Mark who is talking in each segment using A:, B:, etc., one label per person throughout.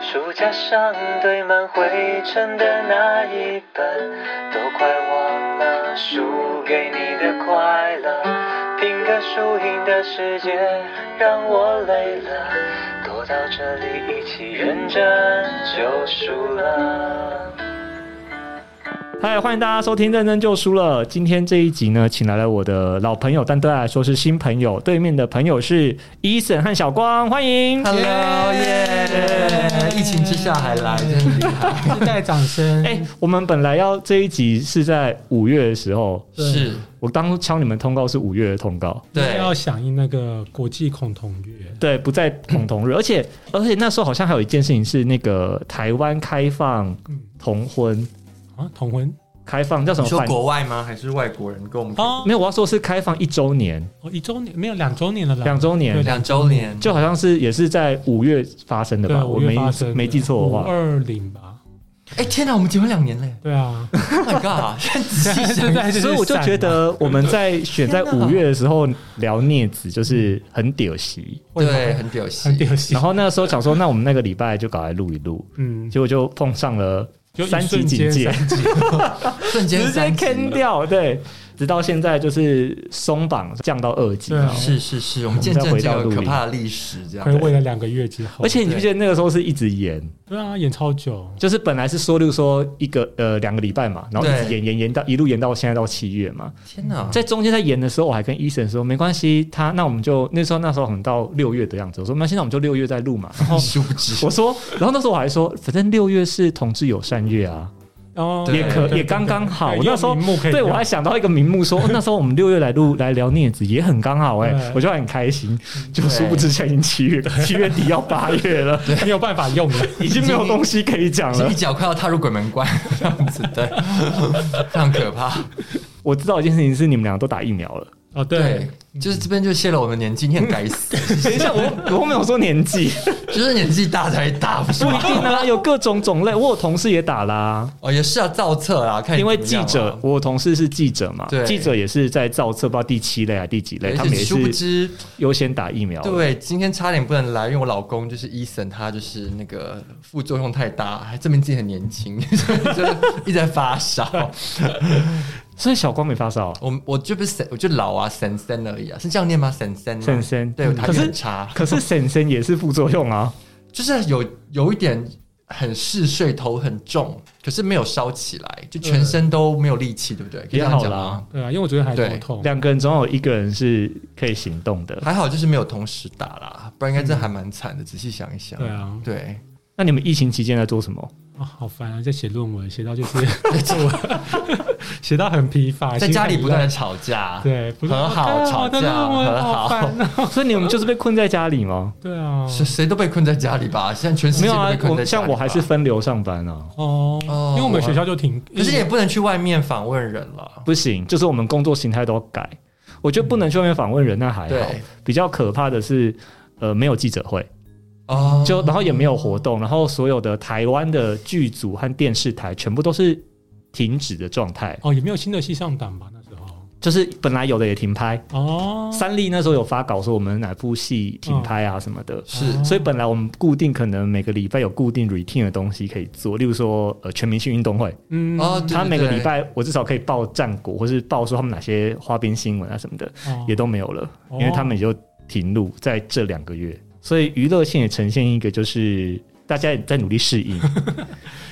A: 书架上堆满灰尘的那一本，都快忘了输给你的快乐。拼个输赢的世界让我累了，躲到这里一起认真就输了。
B: 嗨，欢迎大家收听《认真就输了》。今天这一集呢，请来了我的老朋友，但对他来说是新朋友。对面的朋友是伊森和小光，欢迎。
C: Hello，耶、疫情之下还来，真是厉害。
D: 自带掌声。
B: 哎、我们本来要这一集是在五月的时候，
D: 对
C: 是，
B: 我当初敲你们通告是五月的通告，
C: 对，
D: 要响应那个国际恐同月，
B: 对，不再同同日， 而且而且那时候好像还有一件事情是那个台湾开放
D: 嗯
B: 同婚，
D: 啊，同婚
B: 开放叫什
C: 你
B: 么
C: 说
B: 反？
C: 国外吗？还是外国人跟我们？
D: 哦
B: 没，有，我要说是开放一周年，
D: 哦一周年没有两周年了啦，
B: 两周年
D: 对
C: 两周年，
B: 就好像是也是在五月发生的
D: 对，啊
B: 吧？我没没记错的话，
D: 二零吧，
C: 哎、天哪，我们结婚两年嘞
D: 对啊，
C: ！Oh my god！现在仔细想一 下，
D: 对
B: 所以我就觉，得我们在选在
C: 天哪
B: 五月的时候聊镊子，就是很屌席。
D: 为什么
C: 对，很屌
D: 很
C: 戏。
D: 丢戏
B: 然，后那时候想说，那我们那个礼拜就搞来录一录，
D: 嗯，
B: 结果就碰上了
D: 就一
B: 三级
D: 瞬
B: 警
D: 间
B: 戒，
D: 三级
C: 瞬间
B: 直接
C: 三级
B: can 掉。对，直到现在就是松绑降到二级
D: 对。啊
C: 是是是，我们见
B: 我
C: 证
B: 们再回到
C: 这
B: 录
C: 个
B: 音
C: 可怕的历史，这样
D: 回味了两个月之后，
B: 而且你不觉得那个时候是一直延，
D: 对啊，演超久，
B: 就是本来是说，例如说一个呃两个礼拜嘛，然后一直
C: 对
B: 延延延到一路延到现在到七月嘛。
C: 天哪！
B: 在中间在演的时候，我还跟医生说没关系，他那我们就那时候那时候很到六月的样子，我说那现在我们就六月再录 嘛。然后
C: 殊不知，
B: 我说，然后那时候我还说，反正六月是同志友善月啊，
D: 然后
C: 对
B: 也可
D: 对对
B: 也刚刚好。
D: 对
B: 我那时候
D: 有名目可以
B: 对
D: 用
B: 我还想到一个名目说，哦那时候我们六月来录来聊镊子也很刚好哎、
D: 对嗯
B: 我就很开心。就
C: 对
B: 殊不知现在已经七月，七月底要八月 了，
D: 没有办法用 了，
B: 已经没有东西可以讲
C: 是
B: 了
C: 一。脚快要踏入鬼门关这样子，对，非常可怕。
B: 我知道一件事情是你们俩都打疫苗了。
D: 哦，对
C: 对，，就是这边就泄露我们年纪，你很该死，
B: 等一下，我我没有说年 纪，
C: 就是年纪大才打，不是
B: 不一
C: 吗？
B: 定啊，有各种种类。我有同事也打啦、
C: 哦，也是要造册啦，看你
B: 因为
C: 怎么
B: 记
C: 样啊
B: 者，我同事是记者嘛，
C: 对
B: 记者也是在造册，不知道第七类还是啊第几类，
C: 而
B: 他们
C: 且
B: 也
C: 殊不
B: 是
C: 知，
B: 优先打疫苗。，
C: 对，今天差点不能来，因为我老公就是 Eason，他就是那个副作用太大，还证明自己很年轻， 所以就是一直在发烧。
B: 所以小光没发烧，啊
C: 我我就不是神我就老啊，神神而已啊，是这样念吗？神神吗
B: 婶婶
C: 对，我
B: 嗯
C: 台
B: 可
C: 语
B: 是
C: 很 差，
B: 可是婶婶也是副作用啊。
C: 就是有有一点很嗜睡，头很重，可是没有烧起来，就全身都没有力气，对不对？可以这
B: 嗯也
C: 样讲
B: 好啦
C: 吗？
D: 对啊，因为我昨天还头
C: 对
D: 痛，
B: 两个人总有一个人是可以行动的。
C: 还好就是没有同时打啦，不然应该真的还蛮惨的。仔细想一想，
D: 对啊
C: 对，
B: 那你们疫情期间在做什么？
D: 啊，好烦啊！在写论文，写 到就是作文， 写到很疲乏，
C: 在家里不断的
D: 心
C: 吵架，
D: 很累对，不是
C: 和好
D: 啊
C: 吵
D: 我的
C: 架
D: 论文
C: 和
D: 好烦啊
C: 哦
B: 所以你们就是被困在家里吗？
D: 对啊，
C: 谁谁都被困在家里吧？现在全世
B: 没
C: 界
B: 有
C: 都
B: 啊
C: 被，困
B: 我
C: 在家里吧
B: 像我还是分流上班啊，
D: 哦，因为我们学校就停，
C: 可是你也不能去外面访问人了。
B: 不行，就是我们工作形态都要改。我觉得不能去外面访问人，那还好
C: 对。
B: 比较可怕的是，呃，没有记者会。
C: 哦，
B: 就然后也没有活动，然后所有的台湾的剧组和电视台全部都是停止的状态，
D: 哦也没有新的戏上档吧那时候
B: 就是本来有的也停拍。
D: 哦，
B: 三立那时候有发稿说我们哪部戏停拍啊什么的，
C: 哦是
D: 哦
B: 所以本来我们固定可能每个礼拜有固定 routine 的东西可以做，例如说呃全明星运动会，
D: 嗯
C: 哦对
B: 他每个礼拜我至少可以报战果或是报说他们哪些花边新闻啊什么的，
D: 哦
B: 也都没有了，
D: 哦
B: 因为他们也就停录在这两个月，所以娱乐性也呈现一个就是大家也在努力适应，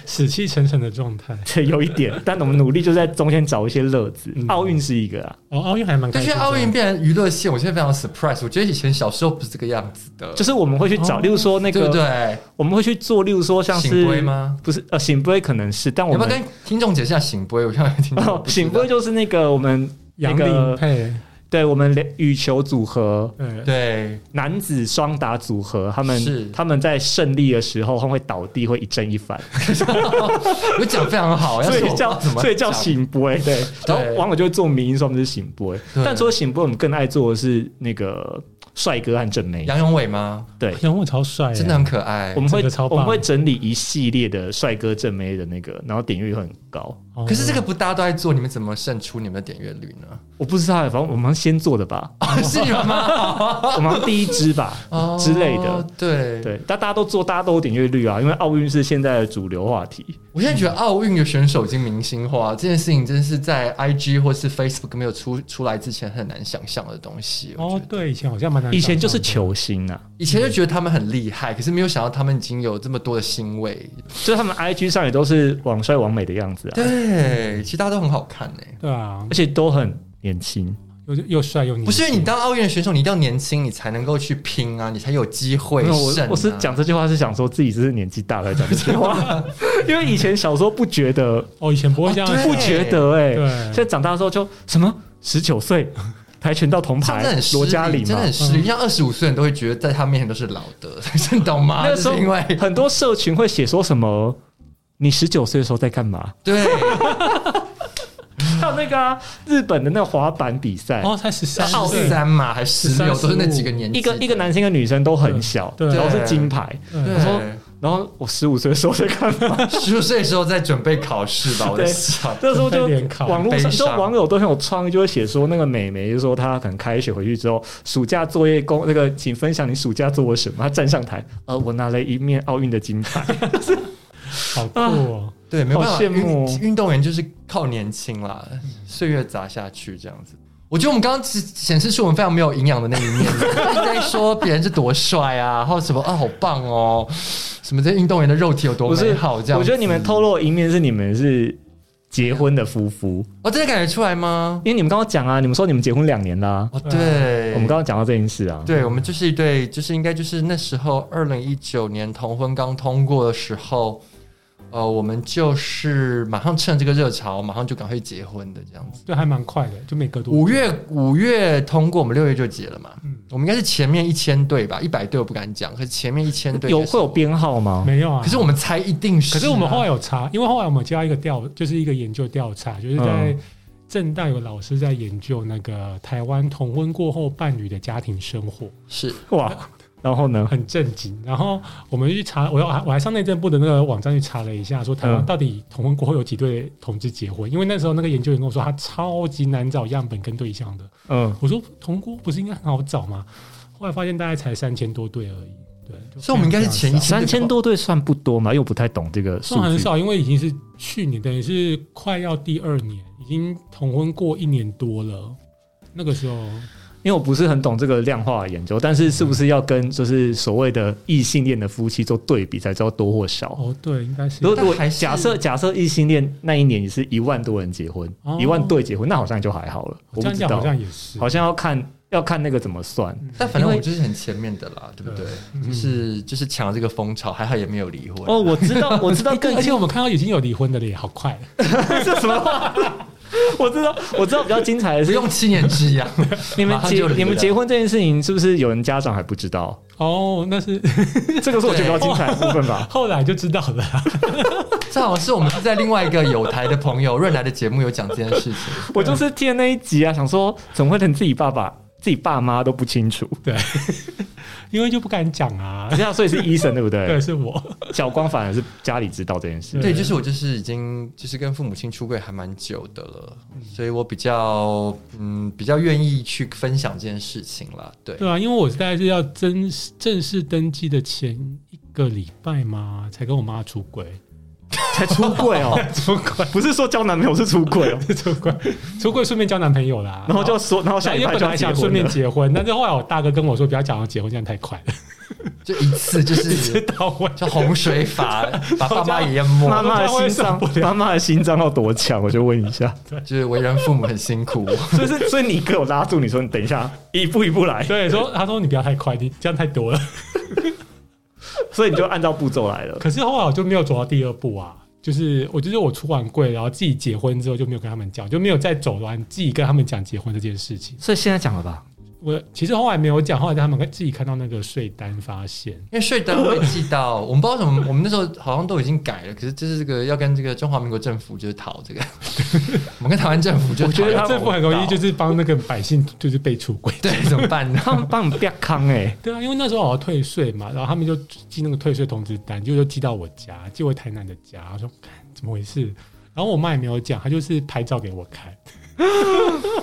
D: 死气沉沉的状态
B: 这 有一点，但我们努力就在中间找一些乐子
D: 嗯。
B: 奥运是一个啊，
D: 哦，奥运还蛮开
C: 但
D: 心
C: 是
D: 的，
C: 奥运变成娱乐线，我现在非常 surprise。我觉得以前小时候不是这个样子的，
B: 就是我们会去找，
D: 哦
B: 例如说那
C: 对不
B: 个，
C: 对？
B: 我们会去做，例如说像
C: 醒杯
B: 是
C: 吗？
B: 不是呃，醒杯可能是，但我
C: 要不要
B: 们
C: 跟听众解释一下醒杯？我现在听 众
B: 哦
C: 不知道
B: 醒杯就是那个我们那
D: 杨丽
B: 个
D: 配
B: 对我们连羽球组合
D: 对
C: 对
B: 男子双打组合，他
C: 是
B: 们他们在胜利的时候他们会倒地，会一正一反，
C: 我讲得非常好，要
B: 所
C: 是我
B: 以
C: 不知道
B: 叫
C: 怎么
B: 所以叫
C: 讲
B: 醒杯。对，然后
C: 对
B: 网友就会做名说我们是醒杯，
C: 对
B: 但除了醒杯，我们更爱做的是那个帅哥和正妹。
C: 杨永伟吗？
B: 对，
D: 杨伟超帅欸，
C: 真的很可爱
B: 我。们会
D: 这个超
B: 我
D: 棒
B: 们会整理一系列的帅哥正妹的那个，然后点阅率会很高。
D: 哦。
C: 可是这个不大家都在做，你们怎么胜出你们的点阅率 呢？哦
B: 我不知道，反正我们好像先做的吧，
C: 是你们 吗？
B: 我们好像第一支吧
C: 哦
B: 之类的。，
C: 对。
B: 对，但大家都做，大家都有点阅率啊，因为奥运是现在的主流话题。
C: 我现在觉得奥运的选手已经明星化，这件事情真是在 IG 或是 Facebook 没有出出来之前很难想象的东西。我觉
D: 哦
C: 得，
D: 对，以前好像蛮难想象的，
B: 以前就是球星啊，
C: 以前就觉得他们很厉害，可是没有想到他们已经有这么多的欣慰。
B: 就是他们 IG 上也都是网帅网美的样子啊，
C: 对，其实大家都很好看欸呢、
D: 对啊
B: 而，且都很年轻。
D: 又又帅又年轻
C: 不是你当奥运的选手，你一定要年轻，你才能够去拼啊，你才有机会
B: 没有我
C: 胜啊、
B: 我是讲这句话是想说自己只是年纪大了讲这 句话，因为以前小时候不觉得，
D: 哦，以前不会这样
C: 哦对
D: 子
B: 不觉得哎、
D: 对
B: 现在长大之后就什么十九岁跆拳道铜
C: 这样
B: 牌
C: 真的很失
B: 罗嘉
C: 礼，
B: 玲
C: 真
B: 嘛嗯
C: 的，很失礼。像二十五岁人都会觉得在他面前都是老的， 你懂吗？
B: 那个时候
C: 就是 因为
B: 很多社群会写说什么。你十九岁的时候在干嘛？
C: 对，
B: 还有那个、啊、日本的那个滑板比赛，
D: 哦，才十三
C: 奥
D: 岁，
C: 三嘛，还十六，
D: 13
C: 都是那几个年纪
B: 一个
C: 的
B: 一个男生跟女生都很小，
D: 对对
B: 然后是金牌。
D: 对
B: 我说，然后我十五岁的时候在干 嘛？
C: 十五岁的时候在准备考试 吧，我在
B: 对
C: 想。
B: 那时候就
D: 准备联考
B: 网络
C: 悲
B: 上，就
C: 伤
B: 网友都很有创意，就会写说那个美眉就说她可能开学回去之后，暑假作业工那个，请分享你暑假做了什么。她站上台，呃，我拿了一面奥运的金牌，
D: 好酷哦！
C: 对，没有办
B: 好
C: 法，
B: 羡慕哦
C: 运运动员就是靠年轻啦，岁月砸下去这样子。我觉得我们刚刚只显示出我们非常没有营养的那一 面，一直在说别人是多帅啊，或者什么啊好棒哦，什么这些运动员的肉体有多
B: 不
C: 美
B: 是
C: 好这样
B: 我
C: 子。
B: 觉得你们透露的一面是你们是结婚的夫妇，
C: 哦，真的感觉出来吗？
B: 因为你们刚刚讲啊，你们说你们结婚两年啦、
C: 哦，
B: 我
C: 对，
B: 们刚刚讲到这件事啊，
C: 对，我们就是一对，就是应该就是那时候二零一九年同婚刚通过的时候，呃，我们就是马上趁这个热潮，马上就赶快结婚的这样子。
D: 对，还蛮快的，就每隔多久
C: 五月五月通过，我们六月就结了嘛。
D: 嗯
C: 我们应该是前面一千对吧？一百对我不敢讲，可是前面一千对
B: 有会有。编号吗？
D: 没有啊？
C: 可是我们猜一定是啊、
D: 可是我们后来有查，因为后来我们有接到一个调，就是一个研究调查，就是
C: 嗯
D: 在正大有老师在研究那个台湾同婚过后伴侣的家庭生活，
C: 是
B: 哇，然后呢？
D: 很震惊。然后我们去查，我要我还上内政部的那个网站去查了一下，说台湾
B: 嗯
D: 到底同婚过后有几对同志结婚？因为那时候那个研究员跟我说，他超级难找样本跟对象的。
B: 嗯，
D: 我说同锅不是应该很好找吗？后来发现大概才三千多对而已，对，就
C: 所以我们应该是
D: 非常
C: 前一
D: 少
C: 千
B: 三千多对算不多嘛，因为我不太懂这个数
D: 算很
B: 据。
D: 少，因为已经是去年，等于是快要第二年，已经同婚过一年多了。那个时候，
B: 哦因为我不是很懂这个量化的研究，但是是不是要跟就是所谓的异性恋的夫妻做对比才知道多或少？
D: 哦，对，应该是
B: 如果如果
C: 但还是
B: 假设假设异性恋那一年也是一万多人结婚
D: 哦，
B: 一、万对结婚，那好像就还好了。我
D: 这
B: 不
D: 样
B: 知
D: 讲
B: 道，
D: 好像也是，
B: 好像要看要看那个怎么算。
C: 但反正
B: 因
C: 我
B: 为
C: 们就是很前面的啦，对不对？
D: 嗯
C: 就是就是抢了这个风潮，还好也没有离婚。
B: 哦，我知道，我 知道
D: 哎
B: 更
D: 对，而且我们看到已经有离婚的了耶，好快，
B: 这什么话。 我知道，我知道比较精彩的
C: 不
B: 是，
C: 用七年之痒，
B: 你们
C: 马上
B: 结
C: 就离了
B: 你们结婚这件事情，是不是有人家长还不知道？
D: 哦，那是
B: 这个是我觉得比较精彩的部分吧。
D: 后来就知道了啊，
C: 这好像是我们是在另外一个有台的朋友润来的节目有讲这件事 情。
B: 我就是听那一集啊，想说怎么会连自己爸爸、自己爸妈都不清 楚？
D: 因为就不敢讲啊
B: 这，样，所以是医生对不
D: 对，
B: 对？
D: 是我，
B: 小光反而是家里知道这件事。
C: 对，
D: 对
C: 就是我就是已经就是跟父母亲出柜还蛮久的了，所以我比较嗯比较愿意去分享这件事情啦。对，
D: 对啊，因为我大概是要真正式登记的前一个礼拜嘛，才跟我妈出轨，
B: 才 出柜 哦，
D: 出轨，
B: 不是说交男朋友是出柜哦，
D: 出轨，出轨，顺便交男朋友啦，
B: 然后就说，然后下
D: 因
B: 一
D: 为
B: 拜
D: 本
B: 就
D: 来
B: 要结
D: 想
B: 婚
D: 顺便
B: 了。
D: 结婚，但是后来我大哥跟我说不要讲到结婚，这样太快了，
C: 就一次就
D: 直
C: 是
D: 到我
C: 就洪水法把爸妈也淹没，
B: 哎妈妈的心脏，妈妈的心脏要多强？我就问一下，
C: 就是为人父母很辛苦。
B: 所以 是，所以你哥有拉住你说，你等一下，一步一步来，
D: 对说，他说你不要太快，你这样太多了。
B: 所以你就按照步骤来了。
D: 可是后来我就没有走到第二步啊，就是我就是我出完柜，然后自己结婚之后就没有跟他们讲，就没有再走完自己跟他们讲结婚这件事情。
B: 所以现在讲了吧？
D: 我其实后来没有讲，后来他们自己看到那个税单发现，
C: 因为税单会寄到，我们不知道为什么，我们那时候好像都已经改了，可是就是这个要跟这个中华民国政府就是 讨这个，我们跟台湾政府就
B: 我觉得
C: 讨
B: 他
D: 政府很容易就是帮那个百姓就是被出轨。
C: 对怎么办呢？
B: 他们帮你变康哎，
D: 对啊，因为那时候我要退税嘛，然后他们就寄那个退税通知单，结果就寄到我家，寄回台南的家，我说看怎么回事，然后我妈也没有讲，她就是拍照给我看，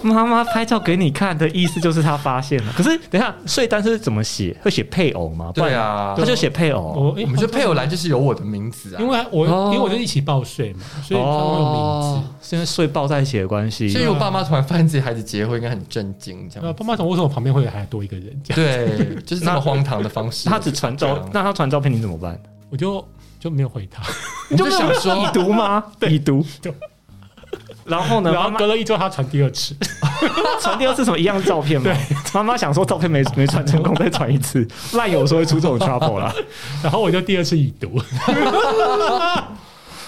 B: 妈妈拍照给你看的意思就是她发现了。可是等一下税单是怎么写？会写配偶吗？不然
C: 对，啊
B: 他，就写配偶。
D: 我
C: 我们就配偶，栏就是有我的名字
D: 哎
C: 啊
D: 啊因，为我、
B: 哦
D: 因为我就一起报税嘛，所以他们会有名字。
B: 哦，是因为税报在一起的关系。
C: 所以我爸妈突然发现自己孩子结婚，应该很震惊这样
D: 那
C: 子
D: 啊爸。妈从为什么旁边会有还多一个人？这样
C: 对，就是这么荒唐的方式。啊
B: 他只传照，那他传照片你怎么办？
D: 我就就没有回他。
C: 你就想说
B: 已，读吗？已读
D: 对。
B: 然后呢？
D: 然
B: 妈
D: 后
B: 妈
D: 隔了一周，他传第二次，
B: 传第二次什么一样的照片吗？妈妈想说照片没没传成功，再传一次。烂友说会出这种 trouble 啦。
D: 然后我就第二次已读。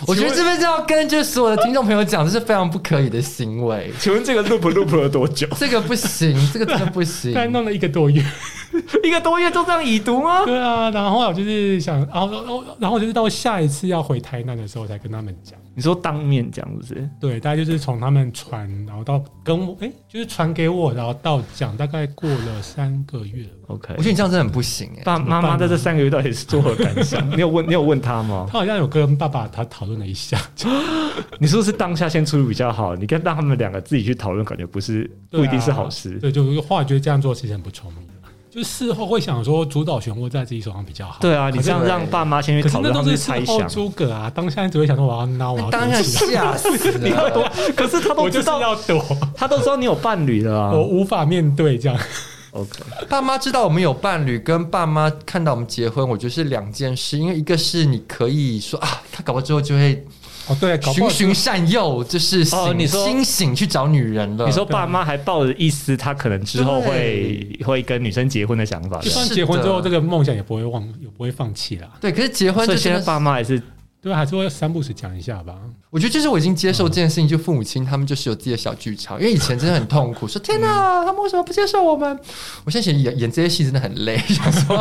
C: 我觉得这边就要跟就是所有的听众朋友讲，这是非常不可以的行为，
B: 请问这个 loop loop 了多久？
C: 这个不行，这个真的不行。
D: 但弄了一个多月，
B: 一个多月就这样已读吗？
D: 对啊，然后后来我就是想，然后然后然后就是到下一次要回台南的时候才跟他们讲，
B: 你说当面讲是不是？
D: 对，大概就是从他们传，然后到跟我，哎、就是传给我，然后到讲，大概过了三个月了吧，
B: OK，
C: 我觉得你这样真的很不行哎、
B: 爸
D: 么
B: 妈妈
D: 办
B: 在
D: 呢
B: 这三个月到底是作何感想？你有 问你有问他吗？
D: 他好像有跟爸爸他讨论了一下，
B: 你是不是当下先处理比较好？你跟让他们两个自己去讨论，感觉不是不一定是好事。
D: 对，就就后来觉得这样做其实很不聪明，啊就事后会想说主导权握在自己手上比较好，
B: 对啊，你这样
C: 对
B: 让爸妈先
D: 可
B: 去
D: 是
B: 讨
D: 那
B: 论，他
D: 都
B: 们去
D: 是事
B: 猜
D: 后
B: 想。
D: 诸葛啊，当下只会想说我要闹，我要
C: 当然
D: 躲起来
C: 吓死了，
B: 可是他都
D: 我就
B: 知
D: 是
B: 道，
D: 要躲，
B: 他都知道你有伴侣了啊
D: 我。无法面对这样。
B: OK，
C: 爸妈知道我们有伴侣，跟爸妈看到我们结婚，我觉得是两件事。因为一个是你可以说啊，他搞不好之后就会
D: 哦，对，搞不
C: 循
D: 好
C: 循善诱，就是醒、
B: 哦你说
C: 清醒去找女人了。
B: 你说爸妈还抱着一丝他可能之后会
C: 对
B: 会跟女生结婚的想法，
D: 就算
C: 是的
D: 结婚之后，这个梦想也不会忘，也不会放弃啦。
C: 对，可是结婚
B: 所
C: 就
B: 以现
C: 真
B: 在
C: 的是
B: 爸妈还是
D: 对，啊还是会三不时讲一下吧。
C: 我觉得就是我已经接受这件事情，就父母亲他们就是有自己的小剧场，因为以前真的很痛 苦，说天哪，他们为什么不接受我们？我现在想演演这些戏真的很累， 想说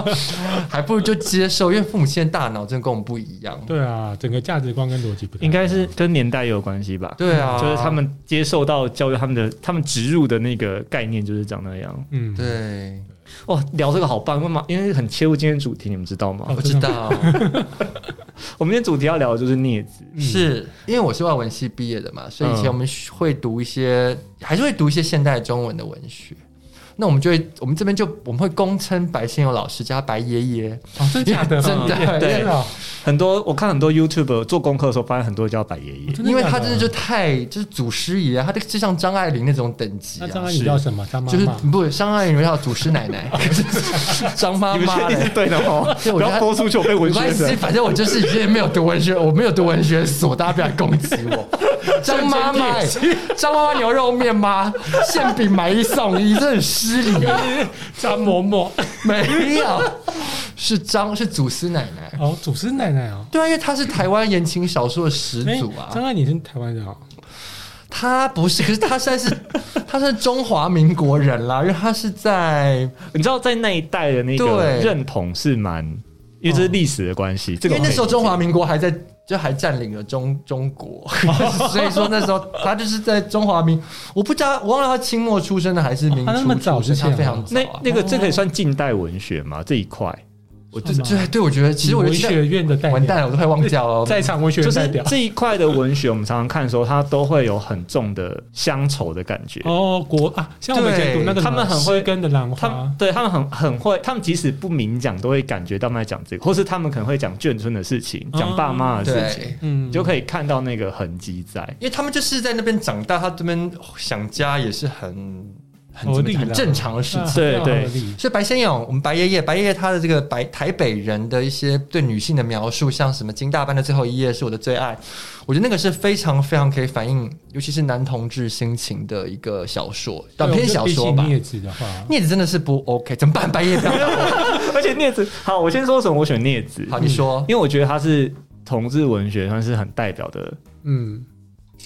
C: 还不如就接受，因为父母亲的大脑真的跟我们不一样。
D: 对啊，整个价值观跟逻辑不太
B: 应该是跟年代也有关系吧？
C: 对啊，
B: 就是他们接受到教育，他们的他们植入的那个概念就是长那样。
D: 嗯，
C: 对，
B: 哇，聊这个好棒，干嘛？因为很切入今天主题，你们知道吗？
D: 哦
C: 我知道，
B: 我们今天主题要聊的就是镊子，
D: 嗯
C: 是因为我是外文系毕业的嘛，所以以前
B: 嗯
C: 我们会读一些，还是会读一些现代中文的文学。那我们就会，我们这边就我们会公称白先勇老师加白爷爷，
D: 哦，真的假的？
C: 真的
B: 对
D: 真的哦，
B: 很多我看很多 YouTube 做功课的时候，发现很多人叫白爷爷。
D: 真
C: 因为
D: 假
C: 他真的就太就是祖师爷啊，他这个就像张爱玲那种等级
D: 那
C: 啊，
D: 张爱
C: 是
D: 玲叫什么？张妈
C: 就是
D: 妈。
C: 不张爱玲叫祖师奶奶， 可是张妈
B: 你们
C: 嗯
B: 确
C: 妈
B: 定是
C: 嘞。
B: 对的哦？
C: 对我
B: 不
C: 觉得
B: 要播出去，我被
C: 没
B: 文学
C: 关系，
B: 生。
C: 反正我就是已经没有读文学，我没有读文学所，大家不要来攻击我。 张妈妈欸，张妈妈牛肉面吗？馅饼买一送一，这很失礼。啊
D: 张嬷嬷，
C: 没有，是张是祖师奶奶。
D: 哦，祖师奶奶哦，
C: 对啊，因为她是台湾言情小说的始
D: 哎
C: 祖啊。
D: 张爱玲是台湾人哦，
C: 他不是，可是他现在是，他是中华民国人啦，因为他是在，
B: 你知道，在那一代的那个
C: 对嗯
B: 认同是蛮，因为这是历史的关系。这
C: 因
B: 个
C: 为那时候
B: 我可以
C: 中华民国还在，就还占领了中中国， 所以说那时候他就是在中华民，我不知道，我忘了他清末出生的还是民
D: 哦他那么
C: 初
D: 早
C: 出生，
D: 之前啊
C: 他非常早
B: 那
C: 啊、
B: 那个这可以算近代文学吗？这一块，哦我就
D: 算
B: 是
D: 吗
C: 对对，我觉得其实我
D: 文
C: 觉得
D: 学院的代表，
C: 完蛋了，我都快忘掉了。
D: 在场文学
B: 就
D: 院代
B: 是
D: 表。
B: 这一块的文学，我们常常看的时候，它都会有很重的乡愁的感觉。
D: 哦，国啊，像我们以前读那个
B: 对他们很会
D: 跟的兰
B: 他们
D: 花，
B: 对他们很很会，他们即使不明讲，都会感觉到他们在讲这个，或是他们可能会讲眷村的事情，讲爸妈的事情
C: 对，，
D: 哦嗯
B: 你就可以看到那个痕迹在。
C: 因为他们就是在那边长大，他这边想家也是很很
D: 合理啦
C: 很正常的事情。啊
B: 对对
D: 合理
C: 所以白先勇，我们白爷爷，白爷爷他的这个白台北人的一些对女性的描述，像什么金大班的最后一页是我的最爱，我觉得那个是非常非常可以反映，尤其是男同志心情的一个小说，短篇小说吧
D: 毕。竟镊子的话，
C: 镊子真的是不 OK，怎么办？白爷爷不要打我，
D: 嗯
B: 而且镊子，好，我先说为什么我选镊子，
C: 好，你说
B: 因，为我觉得它是同志文学算是很代表的，
D: 嗯，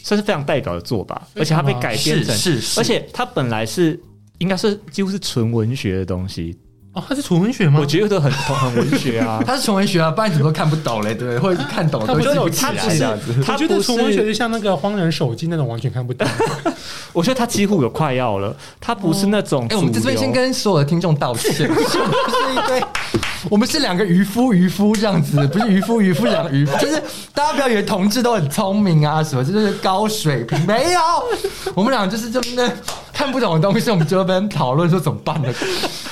B: 算是非常代表的作吧，
D: 非常
B: 而且它
D: 啊
B: 被改编
C: 是
B: 成，
C: 是是，
B: 而且它本来是应该是几乎是纯文学的东西，
C: 哦，它是纯文学吗
B: 我？觉得很很文学啊
C: 。它是纯文学啊，不然你怎么看不懂嘞？对不对，或者是看懂了
D: 它
C: 都
D: 不
C: 记
D: 是
C: 不起
B: 它
C: 来
B: 不
C: 这样子。
B: 是，
D: 我
B: 它
D: 觉得
B: 不
D: 纯文学
B: 是，
D: 就像那个荒人手机那种完全看不 懂。
B: 我觉得它几乎有快要了，它不是那种主
C: 哎，
B: 流。
C: 我们这边先跟所有的听众道 歉，我们是一堆，我们是两个渔夫，渔夫这样子，不是渔夫，渔夫两个渔夫，就是大家不要以为同志都很聪明啊什么，这就是高水平，没有，我们俩就是这么看不懂的东西，我们就在那边讨论说怎么办呢？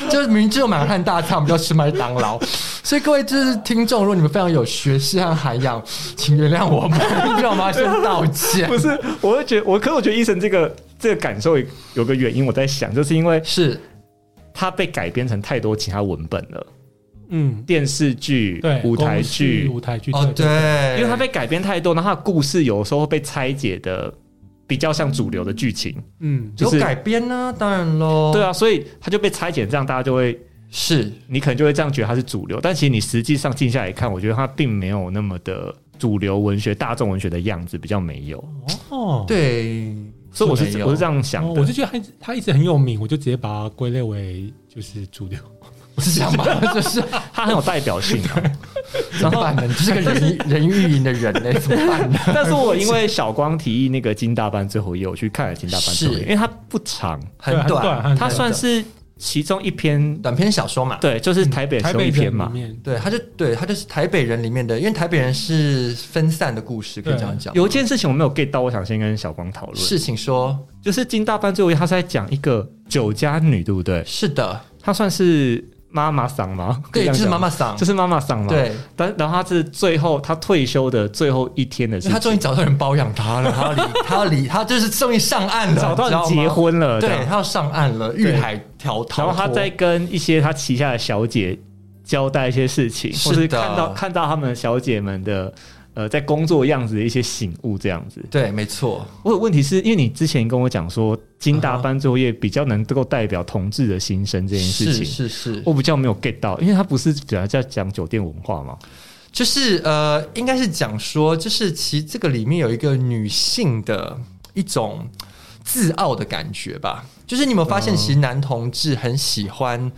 C: 就是明知有满汉大餐，我们就要吃麦当劳。所以各位就是听众，如果你们非常有学识和涵养，请原谅我们，你知道吗？先道歉
B: 不。是，我会觉得我，可是我觉得医生这个这个感受有个原因，我在想，就是因为
C: 是
B: 它被改编成太多其他文本了，
D: 嗯，
B: 电视剧
D: 对，、
B: 舞台
D: 公
B: 剧
D: 式，舞台剧
C: 哦，对，
B: 因为它被改编太多，然后它的故事有时候会被拆解的比较像主流的剧情，
D: 嗯，
B: 就是
C: 有改编呢、当然喽。
B: 对，啊，所以它就被拆解，这样大家就会，
C: 是
B: 你可能就会这样觉得它是主流，但其实你实际上静下来看，我觉得它并没有那么的主流文学、大众文学的样子，比较没有，
D: 哦，
C: 对，
B: 所以我
C: 没
B: 是
C: 有
B: 我是这样想
D: 哦
B: 的，
D: 我是觉得他他一直很有名，我就直接把它归类为就是主流。
C: 是这样吧？ 就是
B: 它很有代表性啊。
C: 怎么办呢？你就是个人人欲淫的人呢、怎么 办呢？
B: 但是我因为小光提议那个金大班最后也有去看了金大班最后，
C: 是
B: 因为它不长，
C: 很
D: 对很短很
C: 短，
B: 它算是其中一篇，
C: 短篇小说嘛。
B: 对，就是台北
D: 台
B: 其中
D: 北
B: 一篇
D: 人
B: 嘛
D: 里。面，
C: 对，他就对他就是台北人里面的，因为台北人是分散的故事，可以这样讲。
B: 有一件事情我没有 get 到，我想先跟小光讨论，
C: 事情说，
B: 就是金大班最后一篇他是在讲一个酒家女，对不对？
C: 是的，
B: 她算是妈妈桑吗？可以这
C: 对，就
B: 样
C: 是
B: 讲
C: 妈
B: 吗
C: 妈桑
B: 就，是妈妈桑嘛。，
C: 对，
B: 但然后她是最后她退休的最后一天的
C: 就
B: 事
C: 是他
B: 情，
C: 终于找到人包养他了，他 要离，他要离，他就是终于上岸了，
B: 找到
C: 你知道
B: 人
C: 吗
B: 结，婚了，这
C: 对
B: 样
C: 他要上岸了，遇
B: 对
C: 海挑逃脱，
B: 然后他在跟一些他旗下的小姐交代一些事情，
C: 是
B: 或是
C: 的
B: 看到看到他们的小姐们的呃在工作样子的一些醒悟这样子。
C: 对，没错，
B: 我有问题是因为你之前跟我讲说金大班作业比较能够代表同志的心声这件事
C: 是
B: 情，
C: 是是，
B: 我比较没有 get 到，因为他不是主要在讲酒店文化嘛，
C: 就是呃，应该是讲说，就是其实这个里面有一个女性的一种自傲的感觉吧。就是你有没有发
B: 嗯
C: 现，其实男同志很喜欢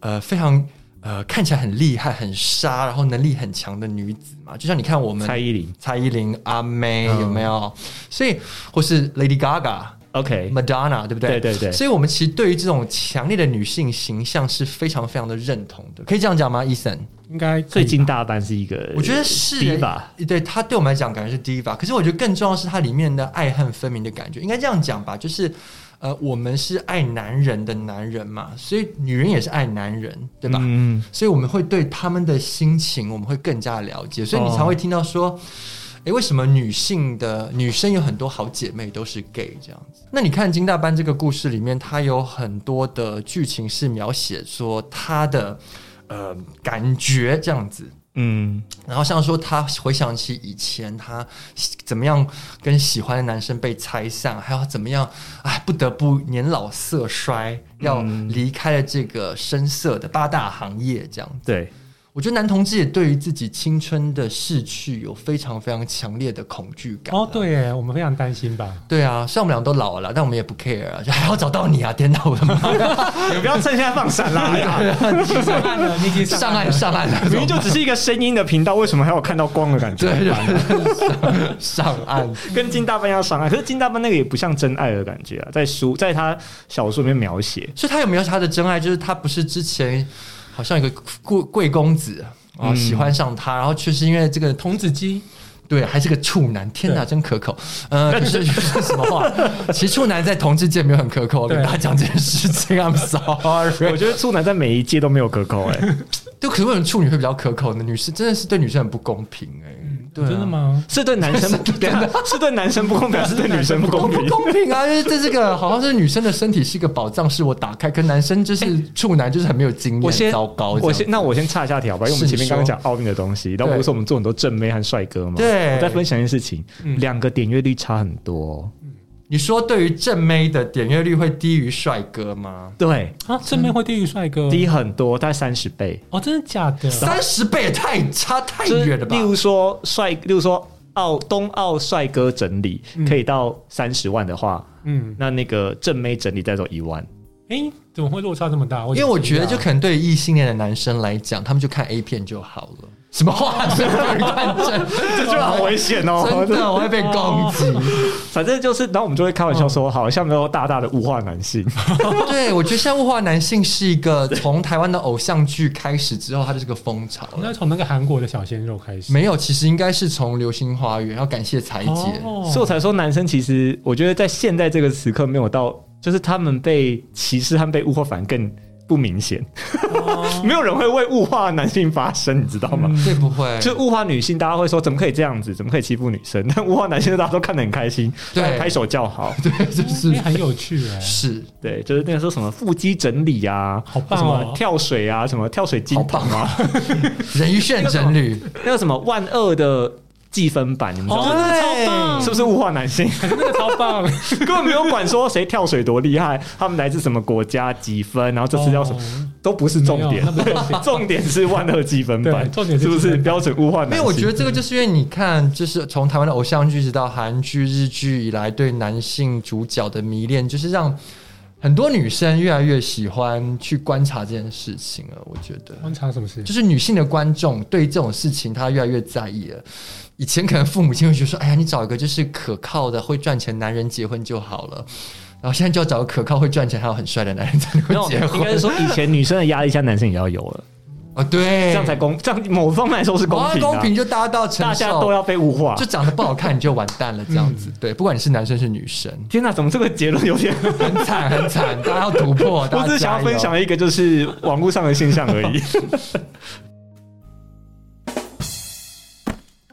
C: 呃非常呃看起来很厉害、很杀，然后能力很强的女子嘛？就像你看我们
B: 蔡依林
C: 蔡依林、阿妹
B: 嗯
C: 有没有？所以或是 Lady Gaga。
B: ，OK，
C: Madonna，对不对？
B: 对对对
C: 所以，我们其实对于这种强烈的女性形象是非常非常的认同的，可以这样讲吗？Eason，
D: 应该
B: 所以金
D: 近
B: 大班是一个，
C: 我觉得是
B: 呃
C: 欸
B: 第吧，
C: 对他对我们来讲感觉是 diva，可是我觉得更重要的是它里面的爱恨分明的感觉，应该这样讲吧，就是。呃，我们是爱男人的男人嘛，所以女人也是爱男人，对吧？
B: 嗯，
C: 所以我们会对他们的心情，我们会更加了解，所以你
B: 哦
C: 才会听到说，诶，为什么女性的女生有很多好姐妹都是 gay 这样子？那你看金大班这个故事里面，它有很多的剧情是描写说她的呃感觉这样子，
B: 嗯，
C: 然后像说他回想起以前他怎么样跟喜欢的男生被拆散，还有怎么样哎不得不年老色衰，要
B: 嗯
C: 离开了这个深色的八大行业这样。
B: 对，
C: 我觉得男同志也对于自己青春的逝去有非常非常强烈的恐惧感。
D: 哦，。对耶，我们非常担心 吧？
C: 对啊，虽然我们俩都老了啦，但我们也不 care 啊，就还要找到你啊！天哪，我 的妈！
B: 你不要趁现在放闪 啦。
D: 上岸了，你已经
C: 上岸上岸了，
B: 明明就只是一个声音的频道，为什么还有看到光的感觉？
C: 对对，上岸
B: 跟金大班要上岸，可是金大班那个也不像真爱的感觉啊，在书在他小说里面描写，
C: 所以他有没有他的真爱？就是他不是之前好像有个贵贵公子啊、
B: 嗯
C: 喜欢上他，然后却是因为这个童子鸡。对，还是个处男，天哪，
D: 对
C: 真可口。呃，可是是什么话？ 其实处男在同志界没有很可口，我跟
D: 对
C: 大家讲这件事情，I'm
B: 我
C: sorry。
B: 觉得处男在每一届都没有可口哎、
C: 就可是为什么处女会比较可口呢？女生真的是对女生很不公平哎、
B: 嗯
C: 对、
D: 真的？吗？
B: 是对男生真的 是对男生不公平，还是对女生不公
C: 不
B: 平？
C: 公平啊！ 因为这是个好像是女生的身体是一个宝藏，是我打开，可男生就是处男就是很没有经
B: 哎我
C: 验，
B: 先
C: 糟糕这样子。
B: 我先那我先岔一下题好吧，因为我们
C: 是
B: 前面刚刚讲奥运的东西，然后不是说我们做很多正妹和帅哥嘛，
C: 对
B: 我再分享一件事情，
D: 嗯
B: 两个点阅率差很多哦、
C: 你说对于正妹的点阅率会低于帅哥吗？
B: 对，
D: 啊，正面会低于帅哥？
B: 低很多，大概三十倍。
D: 哦，真的假的？
C: 三十倍也太差太
B: 就是
C: 远了吧
B: 例？如说帅，例如说奥冬奥帅哥
C: 嗯
B: 整理可以到三十万的话，
D: 嗯，
B: 那那个正妹整理再走一万，
D: 哎，怎么会落差这么大？
C: 因
D: 因
C: 为我觉得，就可能对于异性恋的男生来讲，他们就看 A 片就好了。什么话？这这
B: 这句话好危险哦，
C: 真的，我会被攻击。
B: 反正就是，然后我们就会开玩笑
C: 嗯
B: 说，好像都大大的物化男性，
C: 对，我觉得现在物化男性是一个从台湾的偶像剧开始之后，它就是个风潮
D: 那
C: 了。
D: 从那个韩国的小鲜肉开始，
C: 没有，其实应该是从《流星花园》要感谢彩姐，
D: 哦
B: 所以我才说男生其实，我觉得在现在这个时刻没有到，就是他们被歧视和被物化反而更不明显，
C: 哦
B: 没有人会为物化男性发声，你知道吗？
C: 会不会？
B: 就物化女性，大家会说怎么可以这样子，怎么可以欺负女生？ 但物化男性，大家都看得很开心，
C: 对
B: 大家拍手叫 好，
C: 对，就是
D: 诶很有趣哎、
C: 是
B: 对，就是那个时候什么腹肌整理啊，
D: 好棒
B: 什
D: 哦
B: 么跳水啊，什么跳水金桶啊，
C: 人鱼线整理，
B: 那个什么万恶的计分板，你们知道
D: 哦，
B: 吗？
D: 那个超棒，
B: 是不是物化男性？
D: 可是那个超棒，
B: 根本没有管说谁跳水多厉害，他们来自什么国家，几分， 然后这次要什么，
D: 哦
B: 都不是重点
D: 没有那不是重。点
B: 重点是万恶积分版
D: 对，重点是
B: 是不
D: 积
B: 是
D: 分版
B: 标准物化男性？
C: 没有，我觉得这个就是因为你看，就是从台湾的偶像剧一直到韩剧、日剧以来，对男性主角的迷恋，就是让很多女生越来越喜欢去观察这件事情了。我觉得，
D: 观察什么事？
C: 就是女性的观众对这种事情，她越来越在意了。以前可能父母亲会觉得说：“哎呀，你找一个就是可靠的、会赚钱男人结婚就好了。”然后现在就要找个可靠、会赚钱还有很帅的男人才能
B: 没
C: 够
B: 有，
C: 结
B: 应该
C: 婚
B: 是说以前女生的压力下，男生也要有了，
C: 哦，对，
B: 这 样才公，这样某方面来说是公
C: 哇
B: 平的啊，
C: 公平就大家都要承
B: 大
C: 受，
B: 家都要被物化
C: 就。长得不好看你就完蛋了，这样子。对，不管你是男生是女生，
B: 天哪，怎么这个结论有点？
C: 很惨很惨，大家要突破。大
B: 我
C: 家
B: 只是想要分
C: 加油。
B: 享一个就是网络上的现象而已。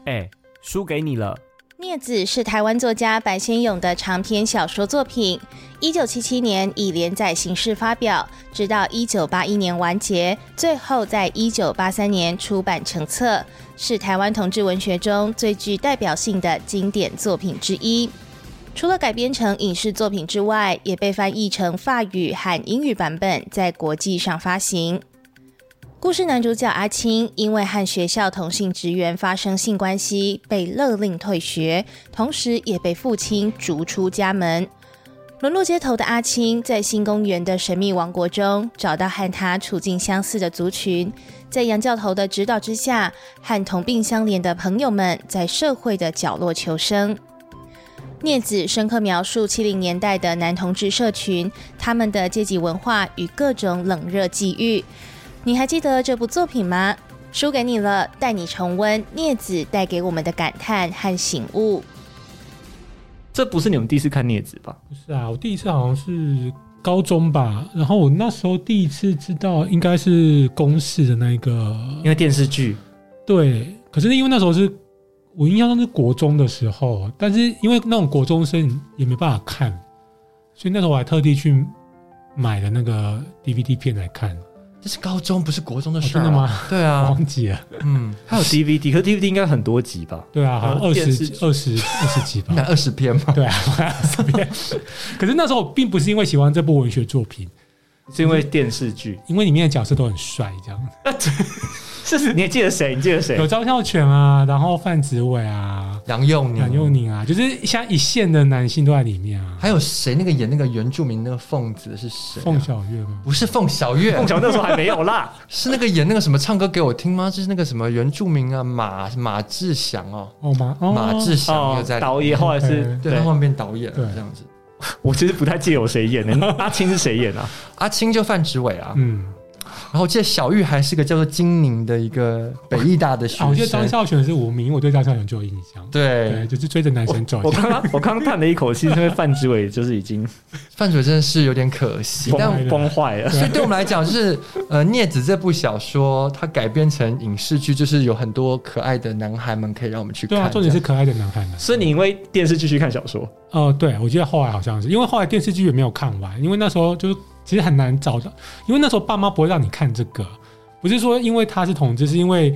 E: 哎，输给你了。
F: 《孽子》是台湾作家白先勇的长篇小说作品，一九七七年以连载形式发表，直到一九八一年完结，最后在一九八三年出版成册，是台湾同志文学中最具代表性的经典作品之一。除了改编成影视作品之外，也被翻译成法语和英语版本，在国际上发行。故事男主角阿青因为和学校同性职员发生性关系，被勒令退学，同时也被父亲逐出家门。沦落街头的阿青，在新公园的神秘王国中找到和他处境相似的族群，在杨教头的指导之下，和同病相怜的朋友们在社会的角落求生。聂子深刻描述七零年代的男同志社群，他们的阶级文化与各种冷热际遇，你还记得这部作品吗？输给你了，带你重温聂子带给我们的感叹和醒悟。
B: 这不是你们第一次看《镊子》吧？
D: 不是啊，我第一次好像是高中吧，然后我那时候第一次知道应该是公式的那个，
B: 因为电视剧，
D: 对，可是因为那时候是我印象中是国中的时候，但是因为那种国中生也没办法看，所以那时候我还特地去买了那个 DVD 片来看，
C: 这是高中不是国中的
D: 哦
C: 事儿、
D: 真的？吗？
C: 对啊，
D: 忘记了，
C: 嗯，
B: 它有 DVD，可是 DVD 应该很多集吧？
D: 对啊，好像
C: 哦
B: 还有
D: 二
B: 电视
D: 十二十二十几吧
C: 那，二十篇嘛，
D: 对啊，随便 可是那时候我并不是因为喜欢这部文学作品，
B: 是因为电视剧。
D: 因为里面的角色都很帅，这样
B: 是，你还记得谁？你记得谁
D: 有？张孝全啊，然后范子伟啊，
C: 杨佑宁，
D: 杨佑，宁啊，就是像一线的男性都在里面啊。
C: 还有谁？那个演那个原住民那个凤子的是谁、啊
D: 凤，小岳吗？
C: 不是凤小月，
B: 凤桥那时候还没有啦，
C: 是那个演那个什么唱歌给我听吗？就是那个什么原住民啊，马马志祥哦，
D: 哦马哦
C: 马志祥又
B: 哦
C: 在，里面
B: 导演后来是
D: 嗯
C: 对，
B: 对
C: 他，后面变导演了
D: 对
C: 这样子。
B: 我其实不太记得有谁演的。阿青是谁演啊？
C: 阿青就范植伟啊，
D: 嗯，
C: 然后我记得小玉还是个叫做金宁的一个北艺大的学
D: 啊，我记得张
C: 生，
D: 孝全是无名，我对张孝全就有印象。对，
C: 对，
D: 就是追着男神走
B: 我。刚刚 我刚刚叹了一口气，是因为范植伟就是已经
C: 范植伟真的是有点可惜，但
D: 疯
B: 崩崩坏了。
C: 所以对我们来讲，就是呃，《镊子》这部小说，它改编成影视剧，就是有很多可爱的男孩们可以让我们去看。
D: 对啊，重点
C: 这
D: 是
C: 样
D: 可爱的男孩们。
B: 所以你因为电视剧去看小说，
D: 哦，对，我记得后来好像是，因为后来电视剧也没有看完，因为那时候就是其实很难找到，因为那时候爸妈不会让你看这个，不是说因为他是同志，是因为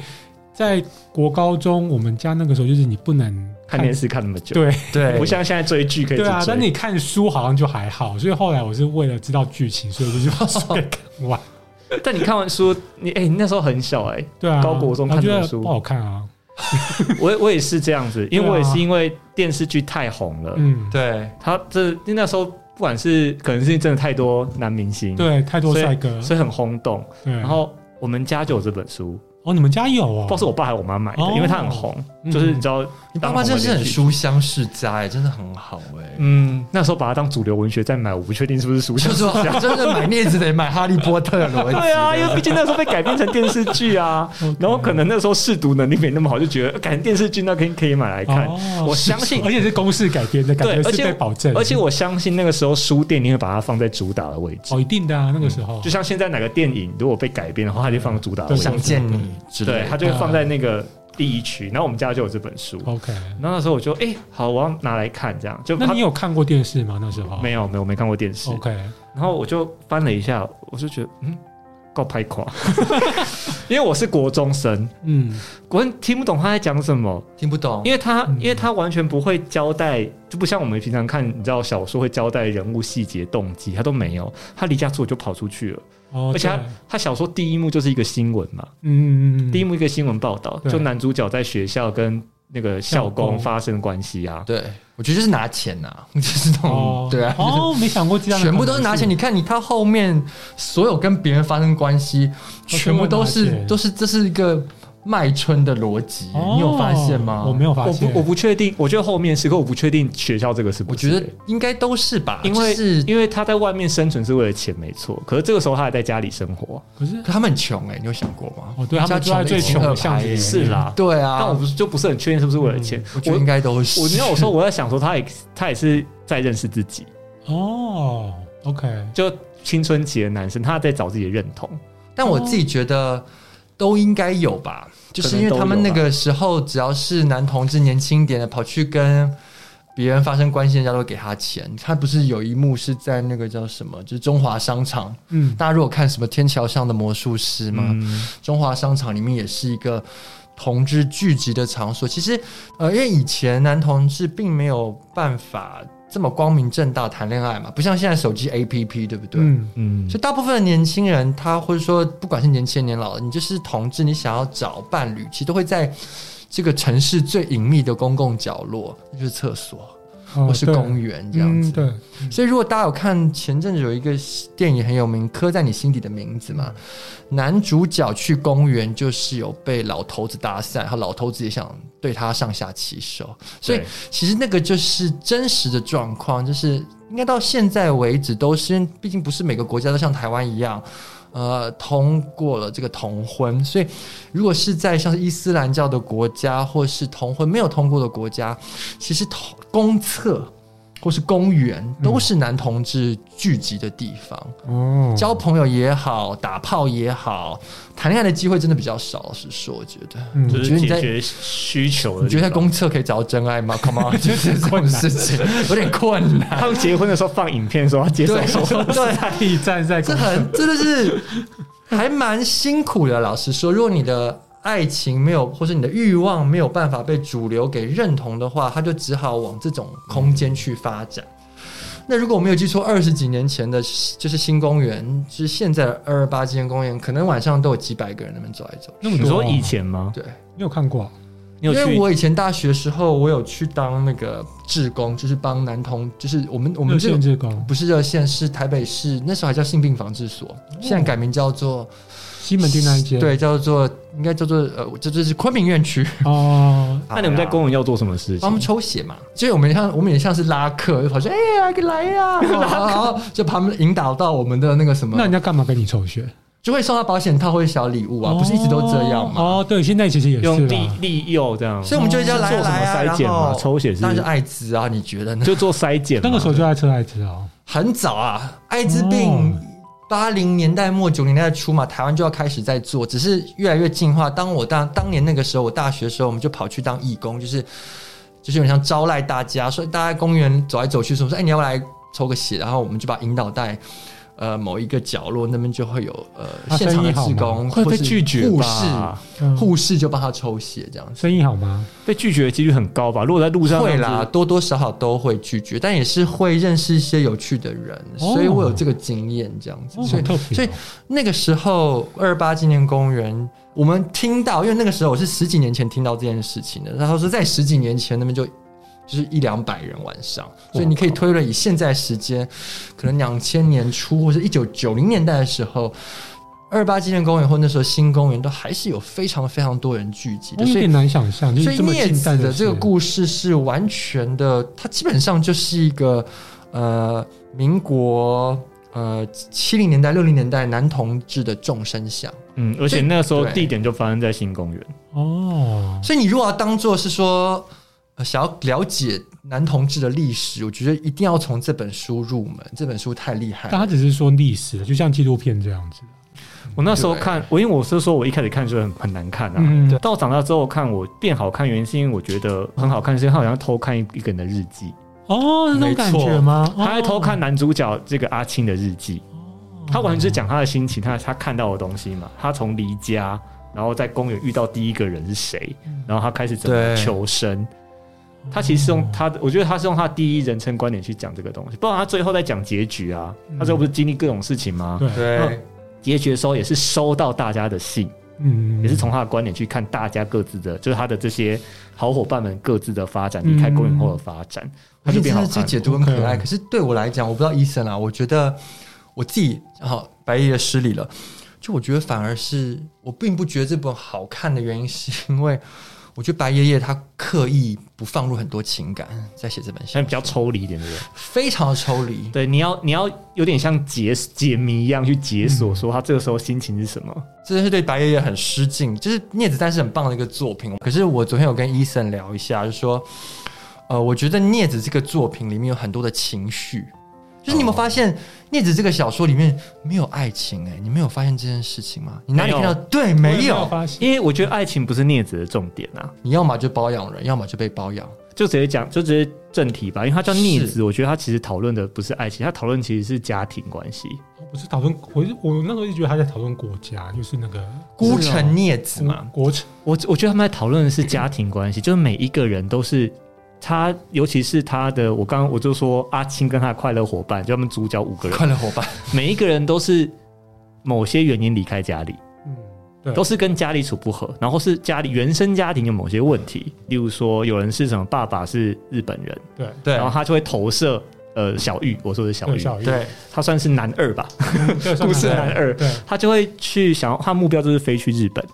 D: 在国高中我们家那个时候就是你不能
B: 看电视看那么久，
D: 对
C: 对，
B: 不像现在追剧可以一直
D: 对啊，
B: 追
D: 但你看书好像就还好，所以后来我是为了知道剧情，所以我就去把书给看完。
B: 但你看完书，你哎，你那时候很小哎，
D: 对啊，
B: 高国中看
D: 我觉
B: 什么
D: 得
B: 书
D: 不好看啊，
B: 我我也是这样子，因为我也
D: 对啊
B: 是因为电视剧太红了，
D: 嗯，
C: 对
B: 他这那时候不管是可能是真的太多男明星，，
D: 对，太多帅哥，
B: 所以很轰动。
D: 对，
B: 然后我们家就有这本书，
D: 哦，你们家有
B: 不知道是
D: 哦，
B: 我爸还是我妈买的，
D: 哦
B: 因为它很红，
D: 嗯
B: 就是你知道，
C: 你爸妈真的是很。书香世家哎、真的很好哎、
B: 嗯，那时候把它当主流文学在买，我不确定是不是书香
C: 就是
B: 世 家。
C: 真的买镊子得买《哈利波特》逻辑，
B: 对啊，因为毕竟那时候被改编成电视剧啊，然后可能那时候试读能力没那么好，就觉得呃改成电视剧那可以可以买来看。
D: 哦
B: 我相信
D: 而且是公式改编的，感
B: 对，
D: 觉
B: 而
D: 是被
B: 且
D: 保证，
B: 而且我相信那个时候书店一定会把它放在主打的位置，
D: 哦，一定的啊，那个时候
B: 嗯就像现在哪个电影如果被改编的话，它就放主打的位置
C: 想，见你之类
B: 对，它
C: 的。
B: 就
D: 嗯
B: 会放在那个第一区。然后我们家就有这本书，
D: OK。
B: 然后那时候我就哎、好，我要拿来看这样。就
D: 哦那
B: 它
D: 你有看过电视吗？那时候
B: 没有没有没看过电视，
D: OK，
B: 然后我就翻了一下，我就觉得 嗯，够拍垮， 因为我是国中生，
D: 嗯，
B: 国中听不懂他在讲什么，
C: 听不懂，
B: 因为他、
D: 嗯
B: 因为他完全不会交代，就不像我们平常看你知道小说会交代人物细节动机，他都没有，他离家出走就跑出去了，
D: 哦，
B: 而且他
D: 对
B: 他小说第一幕就是一个新闻嘛，
D: 嗯嗯嗯，
B: 第一幕一个新闻报道，
D: 对
B: 就男主角在学校跟那个校
D: 校工
B: 工发生关系啊，
C: 对我觉得就是拿钱呐、 就是那种、
D: 哦，
B: 嗯
C: 对啊，
D: 哦，没想过这样的
C: 全
D: 可能性，
C: 部都是拿钱。你看，你看后面所有跟别人发生关系，全部都
D: 全部拿
C: 是
D: 钱
C: 都是这是一个卖春的逻辑，
D: 哦，
C: 你有发现吗？
D: 我没有发
B: 我
D: 现，
B: 不我不确定，我觉得后面是，可我不确定学校这个是不
C: 我
B: 是
C: 觉
B: 欸、
C: 得应该都是吧，
B: 因为、
C: 就是
B: 因为他在外面生存是为了钱没错，可是这个时候他还在家里生活，
D: 可是
C: 他们很穷哎、你有想过吗？
D: 哦，对他们住在最穷的巷子里面，
B: 是啦。
C: 对啊，
B: 但我不是就不是很确定是不是为了钱。
C: 我觉得应该都是。
B: 我没有说我在想说他也他也是在认识自己，
D: 哦，OK，
B: 就青春期的男生他在找自己的认同。
C: 但我自己觉得都应该有吧，就是因为他们那个时候，只要是男同志年轻一点的跑去跟别人发生关系，人家都会给他钱。他不是有一幕是在那个叫什么，就是中华商场，
D: 嗯，
C: 大家如果看什么《天桥上的魔术师》嘛，
B: 嗯，
C: 中华商场里面也是一个同志聚集的场所。其实，呃，因为以前男同志并没有办法这么光明正大谈恋爱嘛，不像现在手机 APP，对不对？
D: 嗯，
B: 嗯
C: 所以大部分的年轻人，他或者说不管是年轻人年老的，你就是同志，你想要找伴侣，其实都会在这个城市最隐秘的公共角落，就是厕所
D: 哦
C: 或是
D: 对
C: 公园这样子。
D: 嗯对，
C: 所以如果大家有看前阵子有一个电影很有名，《刻在你心底的名字》嘛，
D: 嗯
C: 男主角去公园就是有被老头子搭讪，然后老头子也想对他上下其手，所以
B: 对
C: 其实那个就是真实的状况，就是应该到现在为止都是，因为毕竟不是每个国家都像台湾一样。呃，通过了这个同婚，所以如果是在像是伊斯兰教的国家，或是同婚没有通过的国家，其实同公厕或是公园都是男同志聚集的地方，
D: 哦，
C: 交朋友也好，打炮也好，谈恋爱的机会真的比较少。老实说，我觉得，
D: 嗯
B: 就
C: 我觉得
B: 是
C: 你在
B: 解决需求的地方。
C: 你觉得在公厕可以找到真爱吗？Come on，就是这种事情有点困难。
B: 他们结婚的时候放影片的时候，他接受
C: 对
B: 说
C: 对，
D: 地站在
C: 这很真的是还蛮辛苦的。老实说，如果你的爱情没有，或是你的欲望没有办法被主流给认同的话，他就只好往这种空间去发展。那如果我没有记错，二十几年前的，就是新公园，就是现在的二二八纪念公园，可能晚上都有几百个人在那边走来走去。
D: 那么
B: 你
D: 多
B: 说
D: 啊
B: 以前吗？
C: 对，
D: 你有看过啊？
B: 你有
C: 因为
B: 去？
C: 我以前大学的时候，我有去当那个志工，就是帮男童，就是我们我
D: 我
C: 们这个
D: 限制工
C: 不是热线，是台北市那时候还叫性病防治所，现在改名叫做
D: 西门哦町那一间，
C: 对，叫做应该叫做呃，这就是昆明院 区，
D: 哦，
B: 那你们在公园要做什么事
C: 帮他们
B: 情？
C: 抽血嘛？所以我们也像我们也像是拉客，就跑去哎呀来 呀，然后就把他们引导到我们的那个什么
D: 那，人家干嘛跟你抽血？
C: 就会送他保险套或者小礼物啊，不是一直都这样吗？
D: 哦，哦对，现在其实也是
B: 用利
D: 啦。
B: 利诱这样，
C: 所以我们就叫来
B: 哦做什么
C: 来啊，
B: 筛检
C: 然
B: 嘛
C: 后
B: 抽血是
C: 当然是艾滋啊，你觉得呢？
B: 就做筛检嘛。
D: 那个时候就在车艾滋哦，
C: 很早啊，艾滋病八零年代末九零年代初嘛，台湾就要开始在做，只是越来越进化。当我当当年那个时候，我大学的时候，我们就跑去当义工，就是就是有点像招徕大家，所以大家在公园走来走去，说说哎、你要不要来抽个血，然后我们就把引导带。呃，某一个角落那边就会有
D: 啊
C: 呃，现场的
D: 生意
C: 志
D: 好吗
C: 工
B: 会
C: 或
B: 被
C: 是
B: 拒绝
C: 护士
B: 吧？
D: 嗯
C: 护士就帮他抽血这样子。
D: 生意好吗？
B: 被拒绝的几率很高吧？如果在路上
C: 会
B: 这样
C: 啦，
B: 子，
C: 多多少少都会拒绝，但也是会认识一些有趣的人，
D: 哦
C: 所以我有这个经验这样子。
D: 哦，
C: 所以
D: 好特别哦，
C: 所以那个时候二八纪念公园，我们听到，因为那个时候我是十几年前听到这件事情的，然后是在十几年前那边就。就是一两百人晚上，所以你可以推论，以现在时间，可能两千年初或者一九九零年代的时候，二八纪念公园或那时候新公园都还是有非常非常多人聚集的，
D: 我有
C: 所以
D: 点难想象，就
C: 所
D: 是
C: 以
D: 这么
C: 镊
D: 近
C: 子
D: 代
C: 的这个
D: 事，
C: 故事是完全的，它基本上就是一个呃，民国呃七零年代六零年代男同志的众生相。
B: 嗯，而且那个时候
C: 对
B: 地点就发生在新公园，
D: 哦，
C: 所以你如果要当做是说、呃想要了解男同志的历史，我觉得一定要从这本书入门。这本书太厉害
D: 但
C: 了
D: 他，只是说历史，就像纪录片这样子。
B: 我那时候
C: 对
B: 看，我因为我是说我一开始看就很很难看啊，
D: 嗯，
C: 对
B: 到长大之后看我变好看，原因是因为我觉得很好看，是因为他好像偷看一一个人的日记，
D: 哦，那种感觉吗？
B: 他在
D: 哦
B: 偷看男主角这个阿青的日记，他完全就是讲他的心情，他他看到的东西嘛，他从离家，然后在公园遇到第一个人是谁，
D: 嗯
B: 然后他开始怎么
C: 对
B: 求生。他其实是用他的，我觉得他是用他第一人称观点去讲这个东西，不然他最后在讲结局啊，他最后不是经历各种事情吗？
D: 嗯对，
C: 对
B: 结局的时候也是收到大家的信，
D: 嗯
B: 也是从他的观点去看大家各自的，就是他的这些好伙伴们各自的发展，离开公园后的发展，他
C: 而
B: 就
C: 且
B: 变
C: 真
B: 好
C: 的这
B: 看。
C: 解读很可爱。
D: OK
C: 可是对我来讲，我不知道伊森啊，我觉得我自己好白夜失礼了。就我觉得反而是我并不觉得这本好看的原因，是因为我觉得白爷爷他刻意不放入很多情感在写这本
B: 现在
C: 书
B: 比，较抽离一点，对不对？
C: 非常的抽离。
B: 对，你要你要有点像解解谜一样去解锁，说他这个时候心情是什么。
C: 真的是对白爷爷很失敬。就是聂子丹是很棒的一个作品，可是我昨天有跟伊森聊一下，就说，呃，我觉得聂子这个作品里面有很多的情绪，就是你有没有发现聂子这个小说里面没有爱情、欸？哎，你没有发现这件事情吗？你哪里
B: 没有
C: 看到？对，
D: 我也
C: 没
D: 没
C: 有。
D: 发现，
B: 因为我觉得爱情不是镊子的重点啊，
C: 你要么就包养人，要么就被包养。
B: 就直接讲，就直接正题吧。因为他叫镊子，
C: 是
B: 我觉得他其实讨论的不是爱情，他讨论其实是家庭关系。
D: 不是讨论，我是我那时候就觉得他在讨论国家，就是那个
C: 孤城聂子嘛，
D: 国国城，
B: 我我觉得他们在讨论的是家庭关系，就是每一个人都是他，尤其是他的，我刚刚我就说阿青跟他的快乐伙伴，就他们主角五个 人，
C: 快乐伙伴。
B: 每一个人都是某些原因离开家里，
D: 嗯，对，
B: 都是跟家里处不合，然后是家里原生家庭有某些问题，例如说有人是什么爸爸是日本人，
D: 对
C: 对
B: 然后他就会投射呃小玉，我说的是小
D: 对
B: 玉，
D: 小玉，
C: 对，
B: 他算是男二吧，
D: 对，
B: 故事
D: 上
B: 男
D: 来
B: 二，
D: 对，
B: 他就会去想要他目标就是飞去日本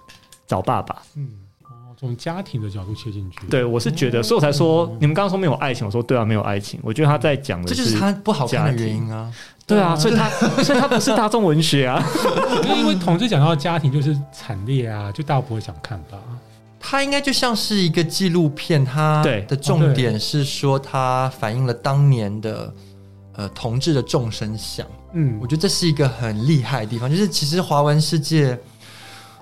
B: 找爸爸，
D: 嗯，哦，从家庭的角度切进去，
B: 对，我是觉得，所以我才说，你们刚刚说没有爱情，我说对啊，没有爱情。我觉得他在讲的
C: 这
B: 是，
C: 就是他不好看的原因啊。
B: 对啊，所以他所以他不是大众文学啊。
D: 因为，因为同志讲到家庭就是惨烈啊，就大家不会想看吧？
C: 它应该就像是一个纪录片，它
B: 对
C: 的重点是说它反映了当年的呃同志的众生相。
D: 嗯
C: 我，觉得这是一个很厉害的地方，就是其实华文世界，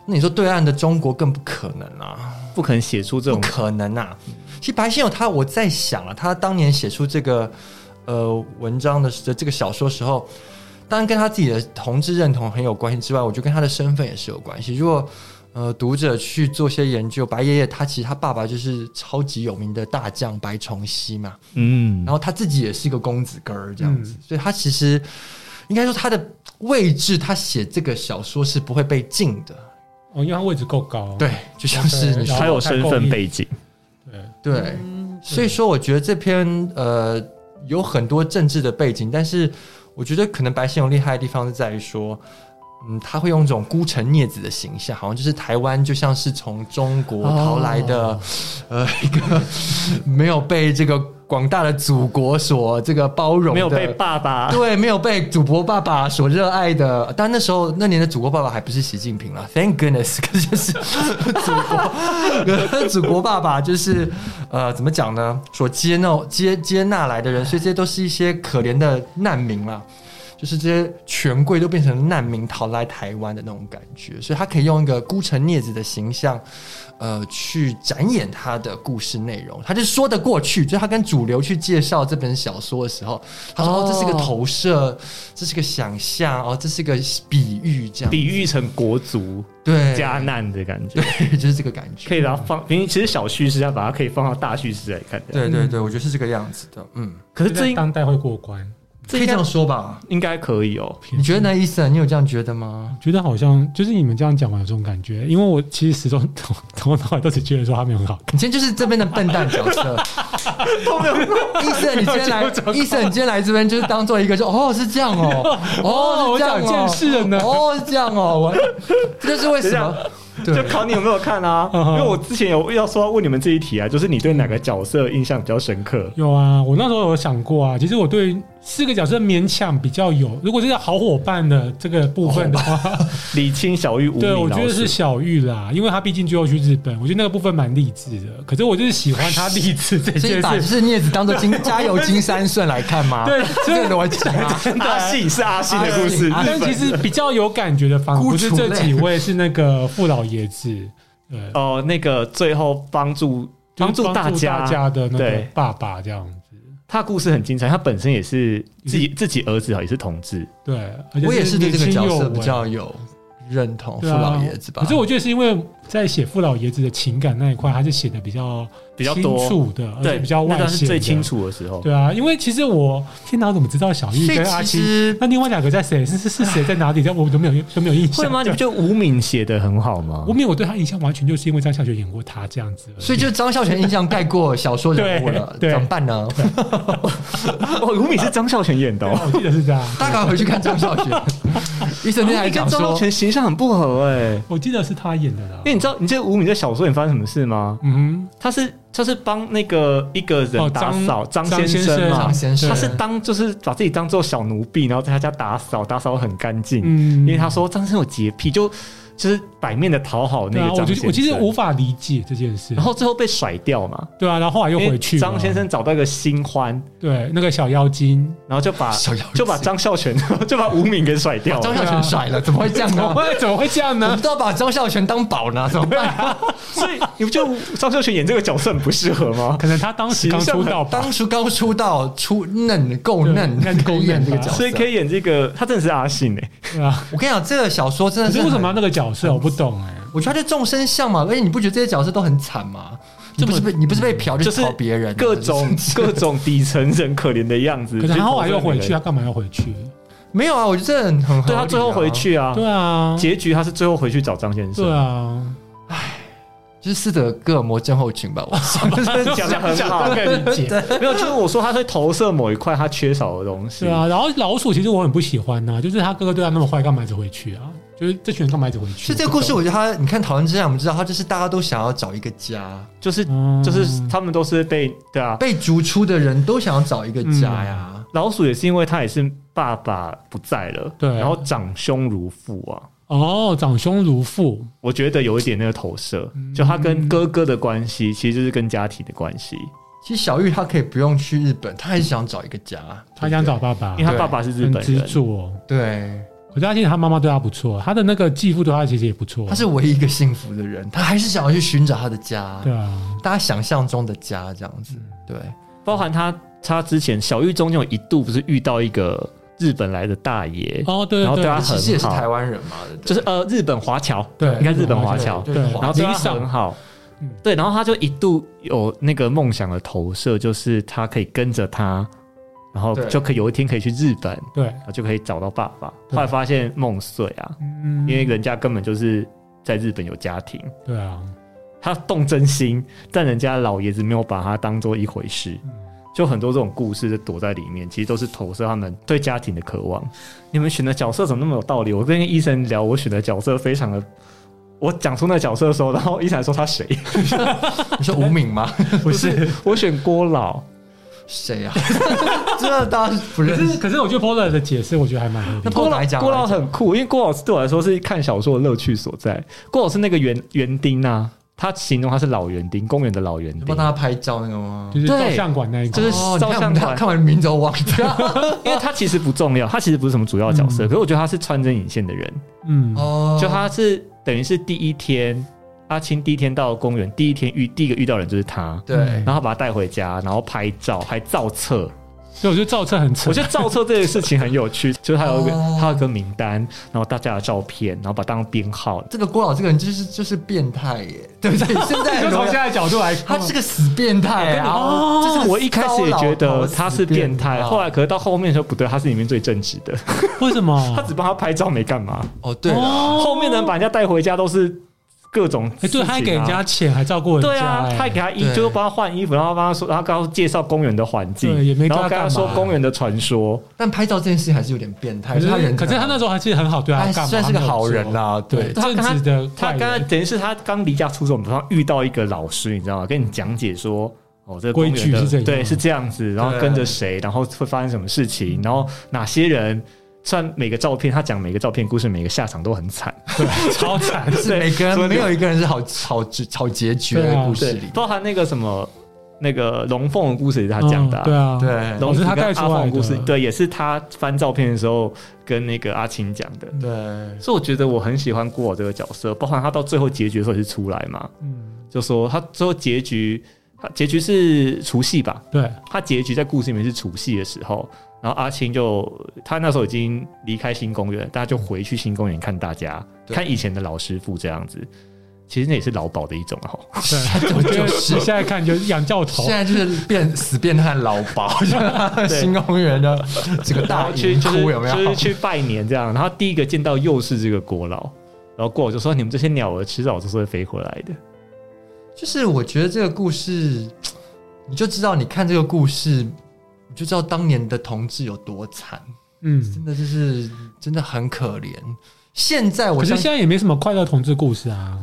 C: 那你说对岸的中国更不可能啊，
B: 不可能写出这
C: 不
B: 种，
C: 可能啊！其实白先勇他，我在想啊，他当年写出这个呃文章的时这个小说时候，当然跟他自己的同志认同很有关系之外，我觉得跟他的身份也是有关系。如果呃读者去做些研究，白爷爷他其实他爸爸就是超级有名的大将白崇禧嘛，
B: 嗯
C: 然，后他自己也是一个公子哥儿这样子，
D: 嗯
C: 所以他其实应该说他的位置，他写这个小说是不会被禁的。
D: 哦，因为他位置够高，
C: 对，就像是你说
B: 他有身份背景，
D: 对，
C: 对，所以说我觉得这篇呃有很多政治的背景，但是我觉得可能白先勇厉害的地方是在于说。嗯，他会用一种孤城孽子的形象，好像就是台湾就像是从中国逃来的，
B: 哦
C: 呃，一个 没有被这个广大的祖国所这个包容的，
B: 没有被爸爸。
C: 对，没有被祖国爸爸所热爱的。但那时候那年的祖国爸爸还不是习近平啦 t h a n k goodness，可 是就是祖 国，祖国爸爸就是呃，怎么讲呢？所接纳接接纳来的人，所以这些都是一些可怜的难民啦。就是这些权贵都变成难民逃来台湾的那种感觉，所以他可以用一个孤城孽子的形象，呃，去展演他的故事内容，他就说得过去。就他跟主流去介绍这本小说的时候，他说：“哦，这是个投射，这是个想象，哦，这是个比喻，这样
B: 比喻成国足
C: 对，
B: 加难的感觉，
C: 就是这个感觉。
B: 可以把它放。因为其实小叙事要把它可以放到大叙事来看的。
C: 对对对，我觉得是这个样子的。嗯，
B: 可是
D: 这
B: 这
D: 在
B: 应
D: 当代会过关，
C: 可以这样说吧？
B: 应该可以哦。
C: 你觉得呢，伊森？你有这样觉得吗？
D: 觉得好像就是你们这样讲完有这种感觉，因为我其实始终 从从头到尾都只觉得说他们很好看。
C: 你今天就是这边的笨蛋角色。伊森，你今天 来，伊森，你今天来这边就是当做一个就哦是这样 哦，哦是这样
D: 我长
C: 哦，
D: 见识了呢
C: 哦是这样哦，我这就是为什么
B: 就
C: 对。
B: 考你有没有看啊？
D: 嗯哼
B: 因为我之前有要说要问你们这一题啊，就是你对哪个角色印象比较深刻？
D: 有啊，我那时候有想过啊，其实我对四个角色勉强比较有，如果是好伙伴的这个部分的
C: 哦
D: 话，
B: 李青、小玉、无
D: 对我
B: 名老
D: 觉得是
B: 师，
D: 小玉啦，因为她毕竟最后去日本，我觉得那个部分蛮励志的。可是我就是喜欢她励志这
C: 所以
D: 件
C: 把就
D: 事，
C: 是镊子当做金加油金三顺来看吗？
D: 对
C: 这个逻辑吗？
B: 阿信是阿信的故事，
C: 啊阿
B: 日
C: 信
D: 啊但
B: 本
D: 其实比较有感觉的反而不是这几位，是那个傅老爷子，对，
B: 哦，那个最后帮助
D: 就
B: 帮
D: 是
B: 助大家，
D: 大家的那个
B: 对
D: 爸爸这样子，
B: 他故事很精彩，他本身也是自己自己儿子啊，也是同志，
D: 对，而且
C: 我也是对这个
D: 年轻
C: 角
D: 有
C: 色
D: 为
C: 比较有认
B: 哦
C: 同，傅
D: 欸对啊
C: 老爷子吧。
D: 可是我觉得是因为在写傅老爷子的情感那一块，还是写的比较
B: 比较
D: 清
B: 多
D: 楚的，而且
B: 对，
D: 比较
B: 那
D: 外
B: 段
D: 显
B: 是最
D: 的
B: 清。楚的时候。
D: 对啊，因为其实我天哪，我怎么知道小玉
C: 所以
D: 跟阿
C: 其
D: 七？
C: 实
D: 那另外两个在谁？是是是谁在哪里？这样我都没有都没有印象。
B: 会吗？你不
D: 对
B: 觉得吴敏写的很好吗
D: 吴？敏，我对他印象完全就是因为张小雪演过他这样子而已。
C: 所以就张孝全印象盖过小说人物了，
D: 对对
C: 怎么办呢？
B: 哦，吴敏是张孝全演的、
D: 对啊
B: 哦，
D: 我记得是这样，
C: 大家回去看张孝全， 医生
B: 吴
C: 那还
B: 敏跟
C: 讲
B: 张孝
C: 说，
B: 全形象很不合哎、
D: 我记得是他演的啦
B: 因。为你知道，你这吴敏在小说里发生什么事吗？
D: 嗯
B: 他是他是帮那个一个
D: 哼，哦
B: 人打扫张、先
D: 生
B: 生嘛
C: 张，先生
B: 他是当就是把自己当做小奴婢，然后在他家打扫，打扫得很干净。
D: 嗯
B: 因为他说张先生有洁癖，就就是摆面的讨好那
D: 对啊，
B: 个
D: 我
B: 张先
D: 就
B: 生。
D: 我其实无，法理解这件事。
B: 然后最后被甩掉嘛，
D: 对啊，然后后来又
B: 因为
D: 回去嘛
B: 张先生找到一个新欢，
D: 对那个小妖精，
B: 然后就把
C: 小妖精
B: 就把张孝全 就把吴敏给甩掉了。
C: 张孝全甩哦啊了，怎么会这样
D: 怎么
B: 哦
C: 呢？啊
D: 会怎么会这样
C: 我
D: 呢
C: 们？都要把张孝全当宝呢，怎么办？
B: 所以你不觉得张孝全演这个角色很不适合 吗？
D: 可能他当时刚出道吧
C: 当，初刚出道，出嫩够啊嫩，
D: 对够嫩
C: 演这个角色，
B: 所以可以演这个，他真的是阿信哎、
D: 对啊。
C: 我跟你讲，这个小说真的
D: 可是
C: 是
D: 为什么要
C: 很？
D: 那个角色？我不懂哎、
C: 我觉得他是众生相嘛，而且你不觉得这些角色都很惨吗？你不是被你不是被嫖，
B: 就是是
C: 嫖别人，啊
B: 各 种各种底层人可怜的样子。
D: 可是他后来又回
B: 就
D: 去，
B: 是
D: 他干嘛要回去？
C: 没有啊，我觉得这很很合
B: 对
C: 理啊
B: 他最后回，去啊，
D: 对啊，
B: 结局他是最后回去找张先生。
D: 对啊，
C: 就是斯德哥尔摩症候群 吧，我想
B: 真 的讲的 很好，
D: 大概理解。
B: 没有，就是我说他会投射某一块他缺少的东西。
D: 对啊，然后老鼠其实我很不喜欢呐、就是他哥哥对他那么坏，干嘛一直回去啊？就是这群人干嘛一直回去？
C: 所以这个故事，
D: 不
C: 我
D: 懂
C: 觉得他，你看讨论之啊下，我们知道他就是大家都想要找一个家，
B: 就是
D: 嗯
B: 就是他们都是被对啊，
C: 被逐出的人都想要找一个家呀。
B: 老鼠也是因为他也是爸爸不在了，
D: 对
B: 然后长兄如父啊。
D: 哦，长兄如父，
B: 我觉得有一点那个投射，
D: 嗯
B: 就他跟哥哥的关系，其实就是跟家庭的关系，
C: 其实小玉她可以不用去日本，她还是想找一个家，
D: 他想找爸爸
B: 因为，他爸爸是日
D: 很
B: 本
D: 执
B: 人，
D: 着。
C: 对，
D: 可是他其实他妈妈对他不错，他的那个继父对他其实也不错。
C: 她是唯一一个幸福的人，她还是想要去寻找她的家，
D: 对嗯啊，
C: 大家想象中的家这样子，对，
B: 包含他他之前小玉中间有一度不是遇到一个日本来的大爷，
D: 哦对
B: 然后
D: 对
B: 对他
D: 对，
C: 其
B: 很
C: 实也是台
B: 好，
C: 湾人嘛，对不对
B: 就是呃日本华侨，
D: 对
B: 应该日本华侨，
C: 对
D: 对
B: 然后对他
D: 林上
B: 很好
D: 嗯。
B: 对，然后他就一度有那个梦想的投射，就是他可以跟着他，然后
C: 对
B: 就可以有一天可以去日本，然
D: 对，
B: 后就可以找到爸爸。
D: 对
B: 后来发现梦碎啊，
D: 嗯
B: 因为人家根本就是在日本有家庭，
D: 对啊，
B: 他动真心，但人家老爷子没有把他当做一回事。
C: 嗯
B: 就很多这种故事就躲在里面，其实都是投射他们对家庭的渴望。你们选的角色怎么那么有道理？我跟医生聊，我选的角色非常的，我讲出那个角色的时候，然后医生还说他 谁？
C: 你说吴敏吗？
D: 不是。
B: 我选郭老，
C: 谁啊？ 这大家不
D: 可
C: 认
D: 是
C: 识。
D: 可是我觉得 Polar 的解释我觉得还蛮合理的
C: 那。郭老来讲，
B: 郭老
C: 来讲
B: 很酷，因为郭老对我来说是看小说的乐趣所在。郭老是那个园园丁啊，他形容他是老园丁，公园的老园
C: 帮
B: 丁。
C: 大家拍照那个吗？
D: 就是照
B: 对
D: 相馆那一
B: 就
D: 块
B: 是，
C: 哦你
B: 照
C: 看
B: 相
C: 我们
B: 馆
C: 看完名字我忘掉。
B: 因为他其实不重要，他其实不是什么主要角色，
D: 嗯
B: 可是我觉得他是穿针引线的人，
D: 嗯，
C: 哦
B: 就他是等于是第一天，阿青第一天到公园，第一天遇第一个遇到的人就是他，
C: 对
B: 然后把他带回家，然后拍照还造册，
D: 所以我觉得造册很扯。
B: 我觉得造册这件事情很有趣，就是它有一个
C: 哦
B: 它有个名单，然后大家的照片，然后把它当编号。
C: 这个郭老这个人就是就是变态耶，对 不对？现在
D: 就
C: 很
D: 从
C: 容易
D: 现在的角度来看，
C: 他是个死变态啊！就是个
B: 哦我一开始也觉
C: 糟老头
B: 得
C: 死
B: 他是变态，
C: 态啊
B: 后来可是到后面的时候不对，他是里面最正直的，
D: 为什
B: 他
D: 么？
B: 只帮他拍照没干嘛。
C: 哦，对了，
B: 后面的人把人家带回家都是各种事
D: 哎，
B: 情
D: 对，
B: 啊
D: 他还给人家钱，还照顾人家，
B: 对啊，
D: 哎
B: 他还给他衣，
C: 对
B: 就是帮他换衣服，然后帮他说，然后跟他介绍公园的环境
D: 对也，没
B: 然后
D: 跟他
B: 跟他
D: 干
B: 说
D: 嘛
B: 公园的传说。
C: 但拍照这件事情还是有点变态。
D: 可是
C: 他人
D: 可是他那时候还是很好，对他
C: 他
D: 干嘛
C: 算是个好人
D: 啊，
C: 呐，
D: 对，
C: 对，
B: 他
D: 正
B: 跟
D: 直的
B: 他
D: 坏
B: 刚刚
D: 人
B: 等于是他刚离家出走，然后遇到一个老师，你知道吗？跟你讲解说，哦，这个
D: 规
B: 公园
D: 矩
B: 的
D: 是这样
B: 对，是这样子，然后
C: 对
B: 跟着谁，然后会发生什么事
D: 嗯
B: 情，然后哪些人。虽然每个照片，他讲每个照片故事，每个下场都很惨，
D: 超惨，
C: 是每个
B: 对
C: 人没有一个人是好好好结局
D: 对
C: 的
D: 啊
C: 故
B: 对
C: 事里，，
B: 包含那个什么那个龙凤的故事也是他讲的、
D: 嗯对啊，
C: 对
B: 龙
D: 哦
B: 子
D: 是他
B: 呃跟
D: 带
B: 阿
D: 出来的
B: 凤的故事，对，也是他翻照片的时候跟那个阿青讲的。
C: 对，
B: 所以我觉得我很喜欢郭老这个角色，包含他到最后结局的时候也是出来嘛，
D: 嗯，
B: 就说他最后结局，他结局是除夕吧？
D: 对，
B: 他结局在故事里面是除夕的时候，然后阿青就他那时候已经离开新公园，大家就回去新公园看大家，
C: 对
B: 看以前的老师傅这样子。其实那也是劳保的一种哦，
D: 对，我觉得现在看就是仰教头
C: 现，在就是变死变态老鸨， 新公园的这个
B: 然
C: 大
B: 后去
C: 银
B: 就是
C: 窟有没
B: 就是
C: 有？
B: 去拜年这样，然后第一个见到又是这个国老，然后国老就说你们这些鸟儿迟早都是会飞回来的。
C: 就是我觉得这个故事，你就知道，你看这个故事，你就知道当年的同志有多惨，
D: 嗯
C: 真。的就是真的很可怜。现在我
D: 可是
C: 相信
D: 现在也没什么快乐同志故事啊，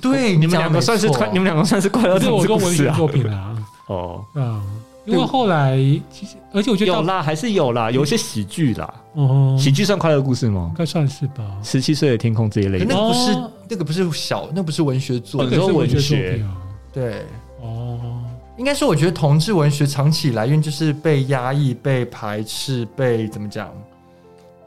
C: 对
B: 你们两
C: 讲得
B: 个
C: 没
B: 算是
C: 错
B: 快，你们两个算是快乐
D: 可是
B: 童
D: 我
B: 子
D: 说
B: 故
D: 文
B: 事
D: 学
B: 啊。
D: 作品 啊，
B: 哦，
D: 啊，因为后来其实，而且我觉得
B: 有
D: 到，
B: 啦，还是有啦，有一些喜剧啦，
D: 哦，
B: 喜剧算快乐故事吗
D: 应？该算是吧。
B: 十七岁的天空这一类
C: 可
B: 的
C: 那，个不是、
D: 哦
C: 那个不是小，那个不是文学作
B: 哦
C: 品。
B: 你说文学
D: 作品啊，
C: 对，
D: 哦，
C: 应该说我觉得同志文学长期以来因为就是被压抑、被排斥、被怎么讲，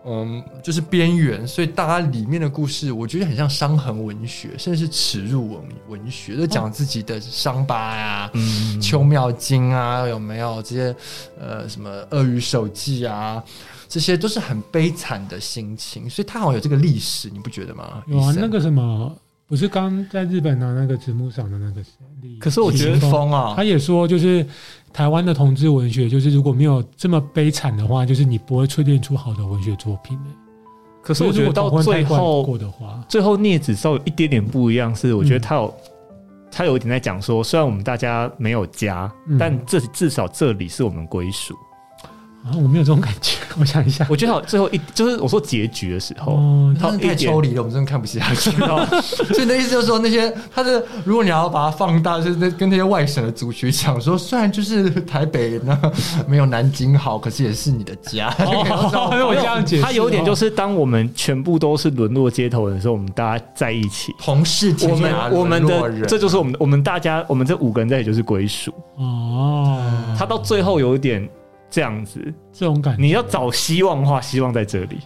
C: 嗯，就是边缘，所以大家里面的故事，我觉得很像伤痕文学，甚至是耻辱文文学，就讲自己的伤疤呀、
B: 嗯，
C: 秋妙经啊，有没有这些呃什么鳄鱼手记啊？这些都是很悲惨的心情，所以他好像有这个历史，你不觉得吗？
D: 有啊
C: 医，生
D: 那个什么，不是刚在日本拿那个直木赏的那个谁李
B: 可是我觉得
D: 李易峰
C: 风啊，
D: 他也说，就是台湾的同志文学，就是如果没有这么悲惨的话，就是你不会淬炼出好的文学作品、欸。
B: 可是我觉得
D: 如果
B: 到
D: 同婚
B: 最
D: 太过
B: 后
D: 过，啊的话，
B: 最后聂子稍微有一点点不一样，是我觉得
D: 嗯
B: 他有。他有一点在讲说，虽然我们大家没有家，
D: 嗯
B: 但这至少这里是我们归属。
D: 啊，我没有这种感觉。我想一 下，
B: 我觉得好最后一就是我说结局的时候，
D: 哦，
C: 他真的太抽离了，我们真的看不下去。
B: 然 后
C: 所以你的意思就是说，那些他的，如果你要把它放大，就是那跟那些外省的族群讲说，虽然就是台北呢没有南京好，可是也是你的家。
D: 哦，
B: 哎
D: 因为我这样解释，
B: 他有一点就是，当我们全部都是沦落街头的时候，我们大家在一起，
C: 同事天
B: 我们
C: 涯
B: 我们
C: 沦落
B: 的
C: 人
B: 这就是我们我们大家我们这五个人在一起就是归属。
D: 哦，
B: 他到最后有一点这样子，
D: 这种感觉，
B: 你要找希望的话，希望在这里。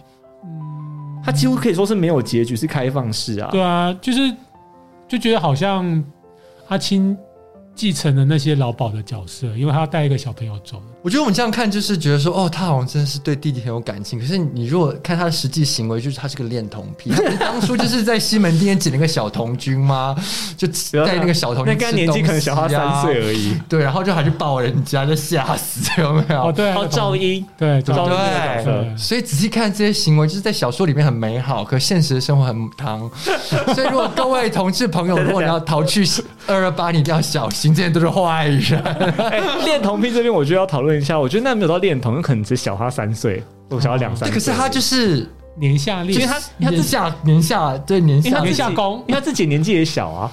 B: 他几乎可以说是没有结局，是开放式啊。
D: 对啊，就是就觉得好像阿青继承了那些老鸨的角色，因为他要带一个小朋友走。
C: 我觉得我们这样看，就是觉得说，哦，他好像真的是对弟弟很有感情。可是你如果看他的实际行为，就是他是个恋童癖。他不是当初就是在西门町捡了个小童军吗？就带那个小童
B: 那
C: 军吃
B: 跟他年
C: 东西啊、
B: 纪可能小他三岁而已。
C: 对，然后就还去抱人家，就吓死，有没有？
D: 哦，对啊，
B: 哦，赵英，
D: 对
B: 赵
D: 赵
B: 英这
D: 英
B: 个角色
D: 对
C: 所以仔细看这些行为，就是在小说里面很美好，可现实的生活很母汤。 所以如果各位同志朋友，如果你要逃去二二八，你一定要小心，这些都是 坏人。
B: 哎，恋童癖这边我觉得要讨论一下，我觉得那没有到恋童，可能只小他三岁，或小他两三岁。
C: 对，哦可是他就是
D: 年下
B: 因
D: 恋
B: 为他
C: 年下年下对年
B: 因为
C: 下
B: 他自
D: 年
B: 己
D: 下攻
B: 因为他自己年纪也小啊，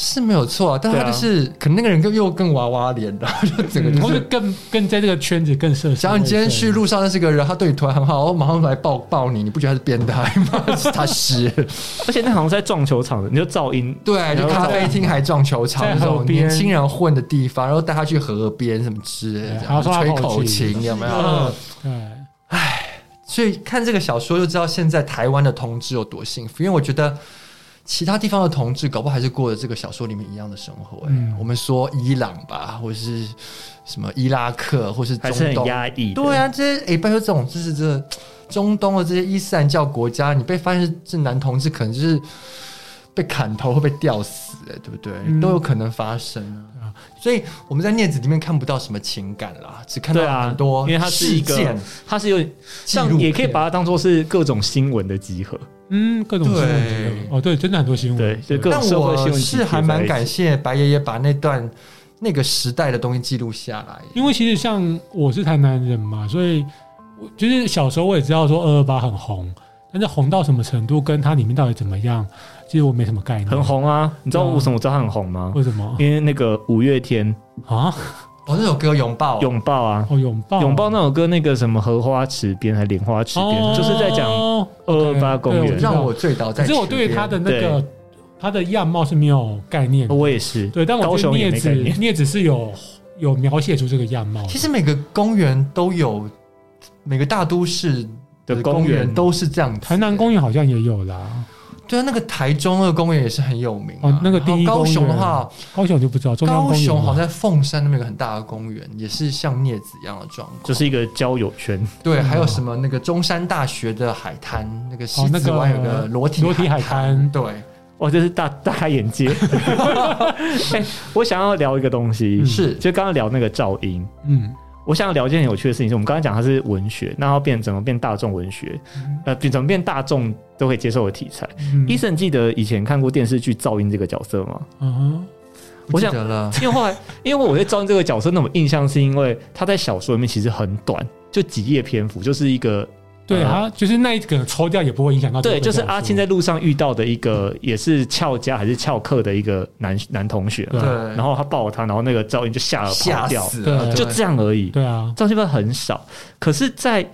C: 是没有错啊，但
B: 对
C: 他
B: 啊嗯
C: 就是可能那个人更又更娃娃脸的，就整个就
D: 或
C: 是
D: 者更更在这个圈子更涉世未深。
C: 假如你今天去路上认识个人，他对你突然很好，哦我马上来抱抱你，你不觉得他是变态吗？ 是他是，
B: 而且那好像是在撞球场的，你就噪音。
C: 对，就咖啡厅还撞球场
D: 在
C: 那
D: 河
C: 种
D: 边
C: 年轻人混的地方，然后带他去河边什么之类
D: 对
C: 的，
D: 还要说他
C: 吹
D: 口
C: 口
D: 琴
C: 琴有没有
B: 嗯？
D: 对，
C: 所以看这个小说就知道现在台湾的同志有多幸福，因为我觉得其他地方的同志，搞不好还是过着这个小说里面一样的生活、哎、
D: 嗯
C: 我们说伊朗吧，或是什么伊拉克，或是
B: 还
C: 中
B: 是很
C: 东，
B: 压抑的。
C: 对啊，这些哎、拜托这种就是这中东的这些伊斯兰教国家，你被发现是是男同志，可能就是被砍头会被吊死、哎，对不对？
B: 嗯
C: 都有可能发生啊。所以我们在《镊子》里面看不到什么情感啦，只看
B: 对
C: 到
B: 啊
C: 很，多、
B: 因为它是一
C: 事
B: 个
C: 件，
B: 它是有点
C: 记
B: 像，
C: 录
B: 也可以把它当做是各种新闻的集合。
D: 嗯，各种新闻
C: 对
D: 之类的哦，对，真的很多新闻，
B: 对就各
C: 但
B: 种社会新闻
C: 我
B: 集
C: 是
B: 结
C: 还
B: 在
C: 蛮
B: 一起
C: 感谢白爷爷把那段那个时代的东西记录下来，
D: 因为其实像我是台南人嘛，所以我就是小时候我也知道说二二八很红，但是红到什么程度，跟它里面到底怎么样，其实我没什么概念。
B: 很，红啊！你知道
D: 嗯
B: 为什么我知道它很红吗？
D: 为什么
B: 因为那个五月天
D: 啊？
C: 哦，那首歌《拥抱》
B: 拥抱啊，
D: 哦，拥抱，
B: 拥抱那首歌，那个什么荷花池边还莲花池边，
D: 哦
B: 就是在讲228公园
D: 对知道
C: 让我醉倒在池
D: 可是
C: 边。
D: 我对他的那
B: 对
D: 个他的样貌是没有概念的。
B: 我也是，
D: 对，但我
B: 高
D: 觉得
B: 雄也
D: 镊
B: 没
D: 子
B: 概念。
D: 镊子是有有描写出这个样貌的。
C: 其实每个公园都有，每个大都市
B: 的公
C: 公
B: 园
C: 都是这样子。
D: 台南公园好像也有啦，
C: 对啊，那个台中二公园也是很有名、啊。
D: 哦那个第一
C: 然后高雄的
D: 公园
C: 话，
D: 高雄就不知道。中央
C: 高
D: 公园
C: 雄
D: 嘛
C: 好像在凤山那边有个很大的公园，也是像镊子一样的状况。
B: 就是一个交友圈，
C: 对，还有什么那个中山大学的海滩，那个西
D: 哦那
C: 子
D: 个
C: 湾有个裸体
D: 裸体海
C: 滩，
D: 滩
C: 对，
B: 哇，哦这是大大开眼 界。哎、我想要聊一个东西，
D: 嗯
C: 是
B: 就刚刚聊那个噪音，
D: 嗯，
B: 我想要聊一件很有趣的事情，是我们刚刚讲它是文学，那它变怎么变大众文学，
C: 嗯
B: 呃，变怎么变大众都可以接受的题材。伊森、记得以前看过电视剧《噪音》这个角色吗？
D: 嗯哼，
B: 我
C: 记
B: 想
C: 得了，
B: 因为后来，因为我对赵云这个角色那么印象，是因为他在小说里面其实很短，就几页篇幅，就是一个
D: 对，
C: 啊
B: 呃
D: 他就是那一个抽掉也不会影响到这
B: 对，
D: 本小
B: 就
D: 说。
B: 是阿青在路上遇到的一个也是翘家还是翘课的一个男男同学，啊
D: 对
B: 然后他抱了他，然后那个赵云就吓了跑
C: 吓
B: 掉，
C: 死
D: 对
C: 了，
B: 就这样而已。
D: 对啊，
B: 赵云份很少，可是在，在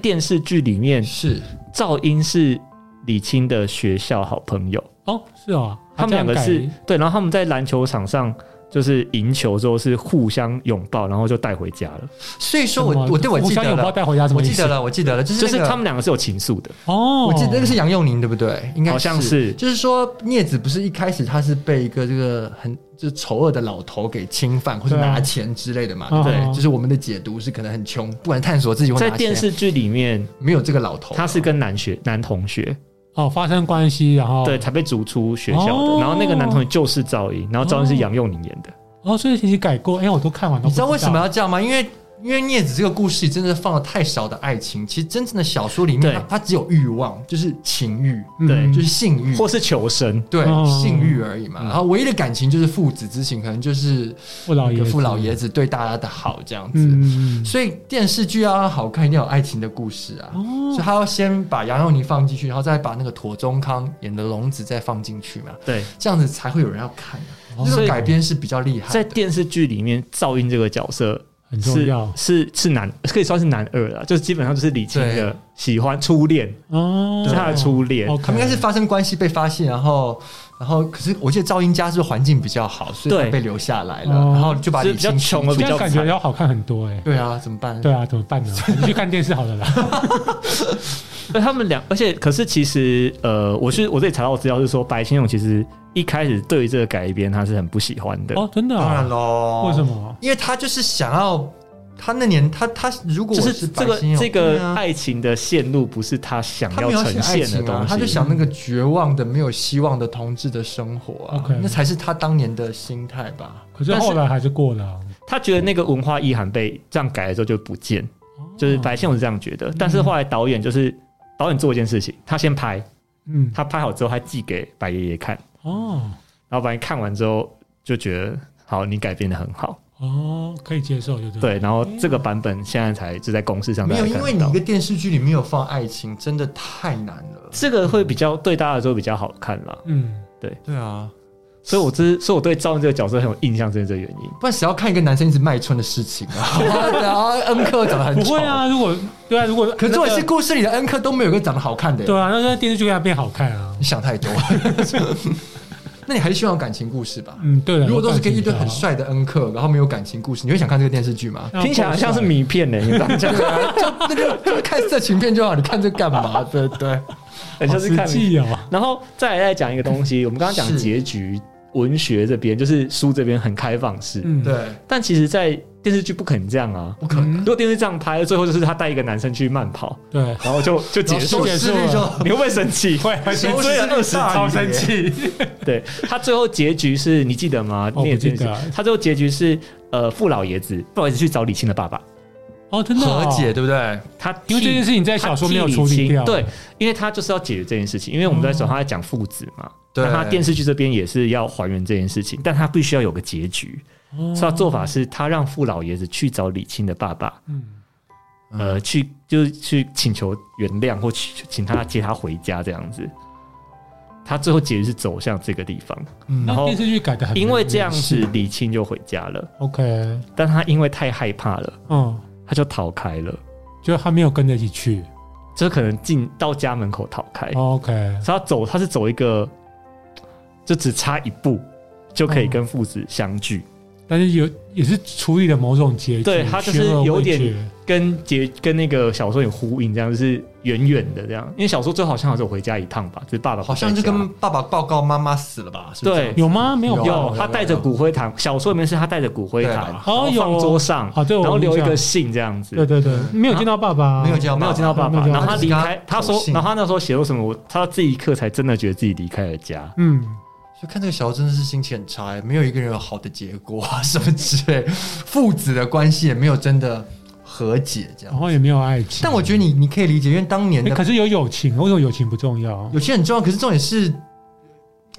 B: 电视剧里面，
C: 是
B: 赵英是李青的学校好朋友，
D: 哦，是哦，
B: 他们两个
D: 这
B: 是
D: 样改
B: 对，然后他们在篮球场上就是赢球之后是互相拥抱，然后就带回家了。
C: 所以说
D: 什
C: 我
D: 么
C: 我对我
D: 互
C: 记
D: 相
C: 得
D: 拥抱
C: 了，
D: 带回家，什么
C: 我
D: 意思
C: 记得了，我记得了，就是
B: 就是
C: 那个
B: 他们两个是有情愫的，
D: 哦，
C: 我记得那个是杨佑宁，对不对？应该是
B: 好像是
C: 就是说，镊子不是一开始他是被一个这个很就是丑恶的老头给侵犯，或者
D: 对啊
C: 拿钱之类的嘛？
D: 嗯
C: 对不对，
D: 嗯
C: 就是我们的解读是可能很穷，不敢探索自己会拿
B: 在
C: 钱。
B: 电视剧里面
C: 没有这个老头，
B: 他是跟男学男同学
D: 哦发生关系，然
C: 哦
D: 后
B: 对才被逐出学校的，
D: 哦
B: 然后那个男同学就是赵英，然后赵英是杨佑宁演的，
D: 哦，所以其实改过，哎，我都看完了。
C: 你知道为什么要这样吗？因为因为镊子这个故事里真的放了太少的爱情，其实真正的小说里面
B: 对
C: 它，它只有欲望，就是情欲，嗯
B: 对
C: 就是性欲，
B: 或是求生。
C: 对、
D: 哦
C: 性欲而已嘛。然后唯一的感情就是父子之情，可能就是
D: 父老
C: 那
D: 爷
C: 个
D: 子
C: 父老爷子对大家的好这样子。
D: 嗯嗯嗯
C: 所以电视剧要好看，一定要有爱情的故事啊。
B: 哦
C: 所以他要先把杨佑宁放进去，然后再把那个妥中康演的龙子再放进去嘛，
B: 对，
C: 这样子才会有人要看、啊。这
B: 哦所
C: 个
B: 以
C: 改编是比较厉害
B: 在
C: 的。
B: 电视剧里面，赵英这个角色
D: 很重
B: 是
D: 要
B: 是是男，可以算是男二了，就是基本上就是李青的
C: 对嗯
B: 喜欢初恋，
D: 哦，
B: 是他的初恋。
D: 哦，
C: 他们应该是发生关系被发现，然后，然后，可是我记得赵英家是环境比较好，所以
B: 对
C: 他被留下来了，
D: 哦
C: 然后就把
B: 是
C: 李
B: 比较
C: 青
B: 穷的
D: 这
B: 比
D: 样
B: 较
D: 哦感觉
B: 惨。
D: 要好看很多哎。
C: 对啊，怎么
B: 嗯
C: 办？
D: 对啊，怎么办 呢？你去看电视好了啦。
B: 而他们两，而且可是其实，呃，我是我这里查到的资料是说，白先勇其实一开始对于这个改编他是很不喜欢的。
D: 哦，真的啊，
C: 当然喽。
D: 为什？么？
C: 因为他就是想要，他那年他他如果
B: 就
C: 我
B: 是这个
C: 白先勇
B: 这
C: 对
B: 个
C: 啊
B: 爱情的线路不是他想
C: 他
B: 要
C: 没有
B: 呈
C: 想爱
B: 现的
C: 情
B: 东
C: 啊
B: 西，，
C: 他就想那个绝望的、没有希望的同志的生活啊
D: OK
C: 那才是他当年的心态吧。
D: 可是后来还是过了啊。
B: 他觉得那个文化意涵被这样改了之后就不见，就是
D: 哦
B: 白先勇是这样觉得。但是后来导演就是导演做一件事情，他先拍，
D: 嗯，
B: 他拍好之后还寄给白爷爷看，
D: 哦
B: 然后白爷爷看完之后就觉得好，你改编的很好，
D: 哦，可以接受，就对。
B: 对。然后这个版本现在才就在公式上大
C: 没
B: 家看
C: 有，因
B: 得
C: 为你
B: 到
C: 一个电视剧里没有放爱情，真的太难了。
B: 这个会比较对大家来说比较好看啦，
D: 嗯，
C: 对啊，
B: 所以我之所以我对赵云这个角色很有印象，就是这个原因。
C: 不然谁要看一个男生一直卖春的事情啊？ 然后恩克长得很
D: 不
C: 丑，
D: 会。啊。如果对啊，如果
C: 可是重
D: 那
C: 点
D: 个
C: 是故事里的恩克都没有一个长得好看的、
D: 对啊，那那电视剧要变好看啊。
C: 你想太多。 那你还是希望有感情故事吧？
D: 嗯，对的。
C: 如果都是跟一堆
D: 对
C: 很，帅的恩克，然后没有感情故事，你会想看这个电视剧吗？
D: 啊那啊
B: 听起来好像是迷片呢、你这样讲，
C: 那就就是看色情片就好，你看这干嘛？对不对？
B: 很像是
D: 好
B: 看
D: 实际哦。
B: 然后再来再讲一个东西，我们刚刚讲
C: 是
B: 结局，文学这边就是书这边很开放式，
D: 嗯，
C: 对，
B: 但其实，在电视剧不可能这样啊。
C: 不可能
B: 如。果电视这样拍，最后就是他带一个男生去慢跑，
D: 对，
B: 然后就就结
C: 然后
B: 束
C: 收。视率就
B: 你会不会生气？
D: 会会
B: 你
C: 收视
B: 追了
C: 率
B: 二十
C: 大
D: 超
C: 于
D: 生
C: 零
D: 气。
B: 对他最后结局是你记得吗？
D: 哦
B: 你也
D: 不记
B: 记得
D: 得啊。
B: 他最后结局是呃，父老爷子不好意思去找李沁的爸爸，
D: 哦，真的哦
C: 和解，对不对？
B: 他
D: 因为这件
B: 事
D: 事情在小说没有处理掉。嗯
B: 对，因为他就是要解决这件事情，因为我们在说他在讲父子嘛，
C: 对
B: 那他电视剧这边也是要还原这件事情，但他必须要有个结局，
D: 哦，
B: 所以他做法是他让父老爷子去找李沁的爸爸，
D: 嗯，
B: 呃，去就是去请求原谅或去请他接他回家这样子。他最后结局是走向这个地方，然
D: 那
B: 后
D: 电视剧改的很，
B: 因为这样子李沁就回家了，
D: OK，
B: 但他因为太害怕了，
D: 嗯，
B: 他就逃开了，
D: 就他没有跟着一起去。哦
B: 这可能进到家门口逃开，
D: OK，
B: 所以他走，他是走一个，就只差一步就可以
D: 嗯
B: 跟父子相聚，
D: 但是有也是处理了某种结局，
B: 对他就是
D: 悬而未
B: 有点
D: 决
B: 跟结跟那个小说有呼应，这样就是远远的这样。因为小说最后好像还是有回家一趟吧，就是爸爸不
C: 好像就
B: 在家
C: 跟爸爸报告妈妈死了吧？是不是
B: 对
D: 有吗？没有吧，
C: 有
B: 有他带着骨灰坛，小说里面是他带着骨灰
C: 对
B: 坛，
D: 哦有
B: 放桌上，
D: 哦对我
B: 然后
D: 有
B: 留一
D: 印象
B: 个信这样子，
D: 对对对，没有见到爸爸，
C: 啊没有见到爸
B: 没有见到爸
D: 没有
B: 爸，
D: 见到
B: 然后他离开，
C: 他
B: 他
C: 只是跟他
B: 说
C: 口，信
B: 然后他那时候写说什么？我他这一刻才真的觉得自己离开了家。
D: 嗯，
C: 就看这个小真的是心情很差、欸，没有一个人有好的结果啊，什么之类，父子的关系也没有真的和解这
D: 然
C: 样。
D: 后也没有爱情。
C: 但我觉得你你可以理解，因为当年
D: 诶
C: 的
D: 可是有友情，为什么友情不重要？
C: 友情很重要，可是重点是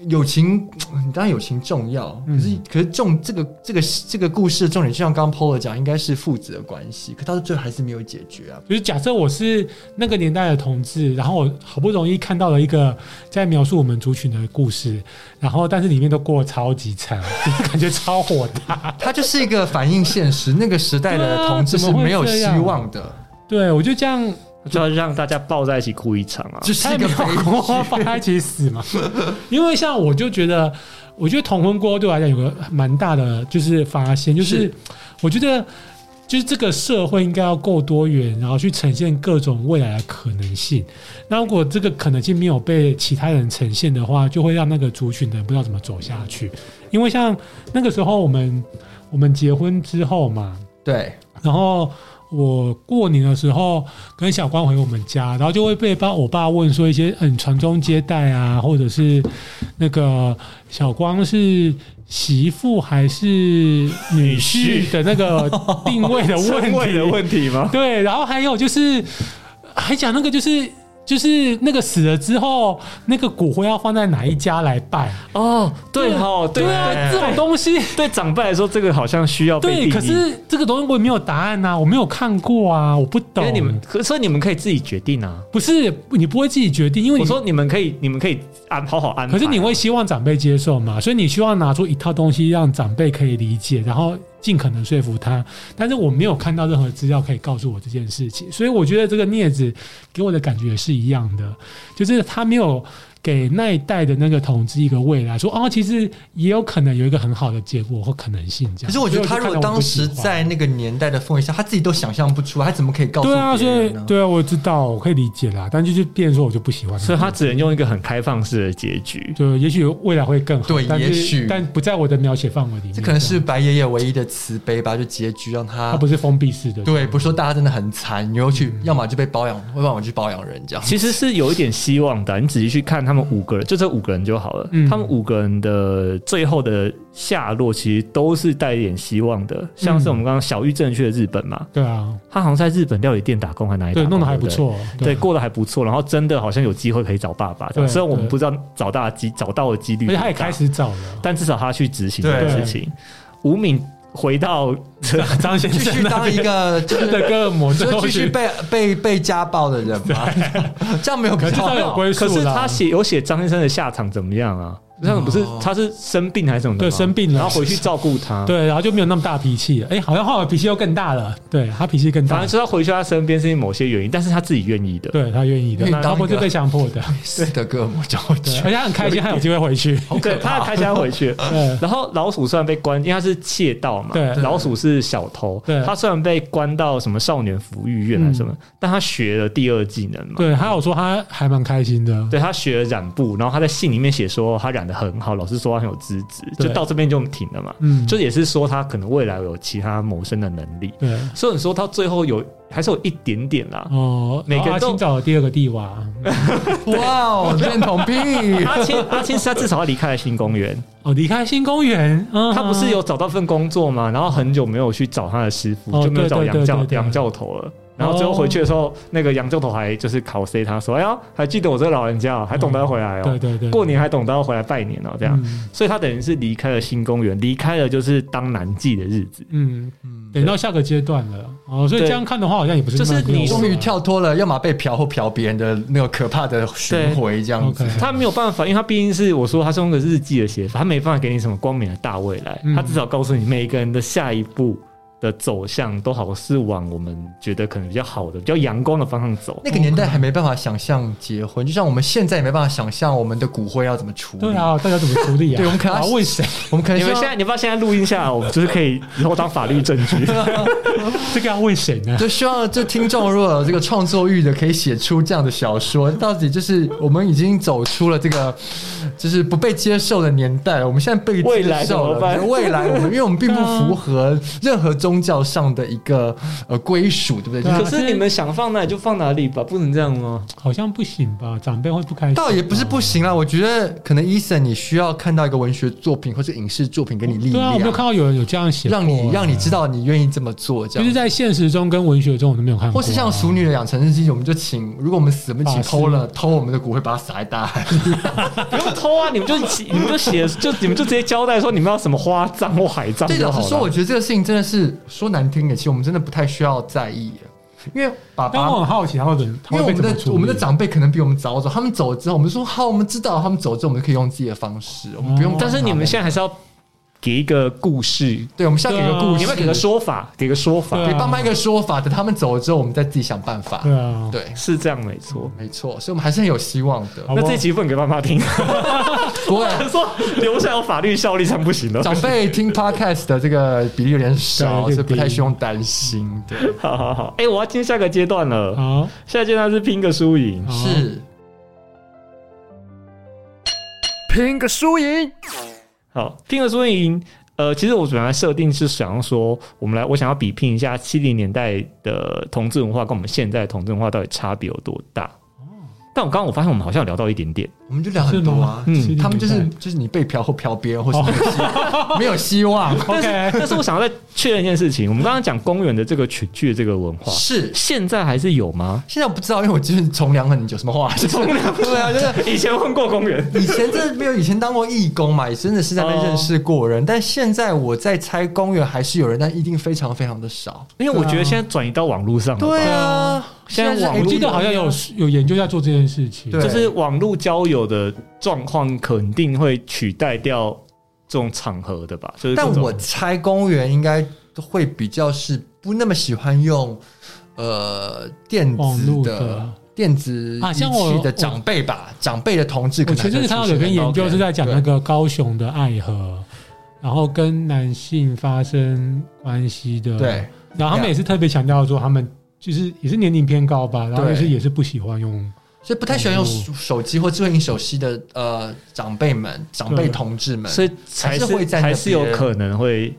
C: 友情，嗯当然友情重要，可是、
D: 嗯
C: 可是重这个这个这个故事的重点，就像刚刚 Polo 讲，应该是父子的关系，可到最后还是没有解决啊。
D: 就是假设我是那个年代的同志，然后我好不容易看到了一个在描述我们族群的故事，然后但是里面都过得超级惨， 就是感觉超火大。
C: 它就是一个反映现实，那个时代
D: 对
C: 的
D: 啊
C: 同志是
D: 怎么会
C: 没有
D: 这
C: 希
D: 样啊
C: 望的，
D: 对，我就这样，
B: 就要让大家抱在一起哭一场啊！
C: 就是一
D: 他也没
C: 个
D: 有
C: 悲
D: 跟
C: 剧。
D: 我 放在一起死嘛。因为像我就觉得，我觉得同婚过后对我来讲有个蛮大的就是发现，就是
C: 是
D: 我觉得。就是这个社会应该要够多元，然后去呈现各种未来的可能性。那如果这个可能性没有被其他人呈现的话，就会让那个族群的人不知道怎么走下去。因为像那个时候我们我们结婚之后嘛，
C: 对，
D: 然后我过年的时候跟小光回我们家，然后就会被爸我爸问说一些嗯传宗接代啊，或者是那个小光是媳妇还是女婿的那个定位的问
B: 身位
D: 题
B: 的 问题吗？
D: 对，然后还有就是还讲那个就是。就是那个死了之后，那个骨灰要放在哪一家来拜？啊
B: 哦，对哦，对
D: 啊，这种东西，
B: 对长辈来说，这个好像需要被定
D: 对，
B: 义。
D: 可是这个东西我也没有答案啊呐、我没有看过啊，我不
B: 因
D: 懂。
B: 为你们，可所以你们可以自己决定啊。
D: 不是你不会自己决定，因为你
B: 我说你们可以，你们可以安好好安排。啊
D: 可是你会希望长辈接受嘛？所以你希望拿出一套东西让长辈可以理解，然后尽可能说服他。但是我没有看到任何资料可以告诉我这件事情，所以我觉得这个镊子给我的感觉也是一样的，就是他没有给那一代的那个统治一个未来，说哦，其实也有可能有一个很好的结果或可能性这样。
C: 可是我觉得他如
D: 所以
C: 果
D: 就看到我
C: 当
D: 不喜
C: 时
D: 欢
C: 在那个年代的氛围下，他自己都想象不出来，他怎么可以告诉
D: 对啊，
C: 别
D: 所以
C: 人呢？
D: 对啊，我知道，我可以理解啦，但就是变成说我就不喜欢了，
B: 所以他只能用一个很开放式的结局。
D: 就也许未来会更好，
C: 对
D: 但是
C: 也许
D: 但不在我的描写范围里面。啊
C: 这可能是白爷爷唯一的慈悲吧，就结局让他
D: 它不是封闭式的，
C: 对，不是说大家真的很惨，你又去，要么就被包养，要么去包养人这样。
B: 其实是有一点希望的啊，你仔细去看他们五个人，就这五个人就好了。
D: 嗯
B: 他们五个人的最后的下落，其实都是带一点希望的。像是我们刚刚小玉正去的日本嘛，
D: 对啊，
B: 他好像在日本料理店打工，还哪里打
D: 对，
B: 工
D: 弄得还
B: 对
D: 不
B: 对
D: 错，啊
B: 对，过得还不错，然后真的好像有机会可以找爸爸这样，
D: 对
B: 虽然我们
D: 对
B: 不知道找大机找到的几率多
D: 而且
B: 大，
D: 他也开始找了，
B: 但至少他去执行这
C: 对
B: 件事情。吴敏回到这，
D: 张先
C: 继续
D: 生
C: 当一个就是
D: 的个魔咒
C: 就继续被被被家暴 的人吧，这样没有比
D: 可是至
C: 较
D: 少有
C: 好。
D: 归
B: 可
D: 宿
B: 是
D: 啦
B: 他。写有写张先生的下场怎么样啊？那个不是他是生病还是什么的吗？
D: 哦对生病了
B: 然后回去照顾他。，
D: 对，然后就没有那么大脾气了。哎、好像后来脾气又更大了，对他脾气更
B: 反
D: 大
B: 正，是他回去他身边是因为某些原因，但是他自己愿意的。
D: 对他愿意的
B: 哎
C: 因，为
D: 他
C: 当
D: 不是
C: 一个
D: 被强迫的，
C: 斯德哥尔摩症候
D: 对，
C: 群
D: 而且他很开心，他有机会回去。
B: 对，他还开箱回去。
D: 对
B: 然后老鼠虽然被关，因为他是窃盗嘛，
D: 对
B: 老鼠是小偷，
D: 对嗯
B: 他虽然被关到什么少年福利院啊还是什么，但他学了第二技能嘛，
D: 对，他有说他还蛮开心的，
B: 对他学了染布，然后他在信里面写说他染的很好，老师说他很有资质，
D: 对
B: 就到这边就停了嘛，
D: 嗯，
B: 就也是说他可能未来有其他谋生的能力，
D: 对
B: 所以你说到最后有还是有一点点啦。
D: 哦，
B: 每个人
D: 然后阿
B: 都
D: 青找了第二个帝娃，
C: 哇哦，认同 屁！
B: 阿青，阿青是他至少要离开了新公园，
D: 哦，离开新公园，嗯
B: 他不是有找到份工作吗？然后很久没有去找他的师傅，
D: 哦
B: 就没有找
D: 对对
B: 杨教
D: 对对对
B: 杨教头了。然后最后回去的时候，那个杨教头还就是考 C 他说：“哎呀，还记得我这个老人家哦，还懂得要回来哦，
D: 嗯对对对，
B: 过年还懂得要回来拜年哦，这样。
D: 嗯
B: 所以他等于是离开了新公园，离开了就是当男妓的日子。
D: 嗯，
C: 嗯
D: 等到下个阶段了哦，所以
B: 对
D: 这样看的话，好像也不是
B: 就是
D: 那么没有
B: 你
D: 用
C: 终于
D: 啊
C: 跳脱了，要么被嫖或嫖别人的那个可怕的巡回这样子
D: OK。
B: 他没有办法，因为他毕竟是我说他是用个日记的写法，他没办法给你什么光明的大未来，
D: 嗯
B: 他至少告诉你每一个人的下一步的走向都好是往我们觉得可能比较好的、比较阳光的方向走。
C: 那个年代还没办法想象结婚，就像我们现在也没办法想象我们的骨灰要怎么处理。
D: 对，啊，大家怎么处理啊？
C: 对我们可能
D: 要问谁？
C: 我们可能
B: 你们现
C: 现
B: 在，你把现在录音下来，我们就是可以以后当法律证据。
D: 这个要问谁 呢？
C: 就希望这听众如果有这个创作欲的，可以写出这样的小说。到底就是我们已经走出了这个就是不被接受的年代，我们现在被
B: 未
C: 接
B: 来怎
C: 受
B: 么
C: 了。
B: 办
C: 未来我们因为我们并不符合任何宗教上的一个呃归属，对不对？就
D: 对啊
C: 是
B: 可是你们想放哪里就放哪里吧，不能这样吗？
D: 好像不行吧？长辈会不开心。
C: 倒也不是不行啦，我觉得可能 Eason 你需要看到一个文学作品或者影视作品给你力
D: 对啊，
C: 量
D: 我没有，看到有人有这样写过啊，
C: 让你让你知道你愿意这么做，这
D: 就
C: 样
D: 是
C: 子。
D: 在现实中跟文学中我都没有看过
C: 或
D: 啊，
C: 是像《熟女的养成日记》，我们就请，如果我们死，我们请
D: 法师
C: 偷了偷我们的骨灰，把它撒在大海。
B: 不用偷啊，你们就你们就写就你们就直接交代说你们要什么花葬或海葬
C: 对，
B: 就
C: 老
B: 好
C: 实
B: 了。
C: 说，我觉得这个事情真的是说难听点，其实我们真的不太需要在意耶，因为爸
D: 但
C: 爸
D: 我。很好奇他会怎
C: 啊
D: 么，
C: 因
D: 他
C: 为
D: 会
C: 我们
D: 被怎么
C: 的
D: 处理
C: 我们的长辈可能比我们早走，他们走了之后，我们就说好，我们知道他们走了之后，我们就可以用自己的方式，我们不用
D: 哦
C: 管他
B: 但
C: 们。
B: 是你们现在还是要给一个故事，
C: 对，我们现在给个故
D: 对啊
C: 事，
B: 你们给个说法，给个说法
D: 对啊
C: 给爸妈一个说法，等他们走了之后，我们再自己想办法。
D: 对啊，
C: 对，
B: 是这样没错。
C: 没错，所以我们还是很有希望的。
D: 好
B: 那
D: 不好
B: 这集不能给爸妈听，
C: 不过
B: 说留下有法律效力上不 行了。
C: 长辈听 podcast 的这个比例有点少，
D: 对有点低
C: 所以不太需用担心。对，
B: 好好好，哎、我要进下个阶段了。
D: 好
C: 啊
B: 下个阶段是拼个输赢。
D: 好
C: 是
E: 拼个输赢。
B: 好，拼个输赢。呃，其实我本来设定是想要说，我们来，我想要比拼一下七零年代的同志文化跟我们现在的同志文化到底差别有多大。但我刚刚我发现我们好像聊到一点点，
C: 我们就聊很多啊。
B: 嗯
D: 70
C: 他们就是
D: 年代
C: 就是你被嫖或嫖别人，或是没有希望没有希 望。
B: 但是
D: OK，
B: 但是我想要再确认一件事情，我们刚刚讲公园的这个群聚的这个文化，
C: 是
B: 现在还是有吗？
C: 现在我不知道，因为我就是从良很久，什么话？ 从良对啊，就是
B: 以前问过公园，
C: 以前真的没有，以前当过义工嘛，也真的是在那边认识过人。但现在我在猜，公园还是有人，但一定非常非常的少。
B: 因为我觉得现在转移到网络上了吧，
C: 对啊，
B: 现在
C: 是
B: 网
D: 我
B: 络
D: 记得好像有有研究在做这件事情，
C: 对
B: 就是网络交友的状况肯定会取代掉这种场合的吧？就是各
C: 但
B: 种
C: 我猜公园应该会比较是不那么喜欢用呃电
D: 网
C: 子
D: 络
C: 的
D: 的
C: 电子
D: 啊
C: 仪
D: 像我
C: 器的长辈吧，长辈的同志可
D: 我
C: 能还
D: 前
C: 是
D: 阵
C: 会出
D: 子
C: 现
D: 看
C: 很多。
D: 到有篇研究是在讲
C: 对
D: 那个高雄的爱河，然后跟男性发生关系的，
C: 对，
D: 然后他们也是特别强调说他们就是也是年龄偏高吧，然后就是也是不喜欢用，
C: 所以不太喜欢用
D: 网络
C: 手手机或智慧型手机的呃长辈们、长辈
D: 对
C: 同志们，
B: 所以才
C: 还是会在那边
B: 还是有可能会，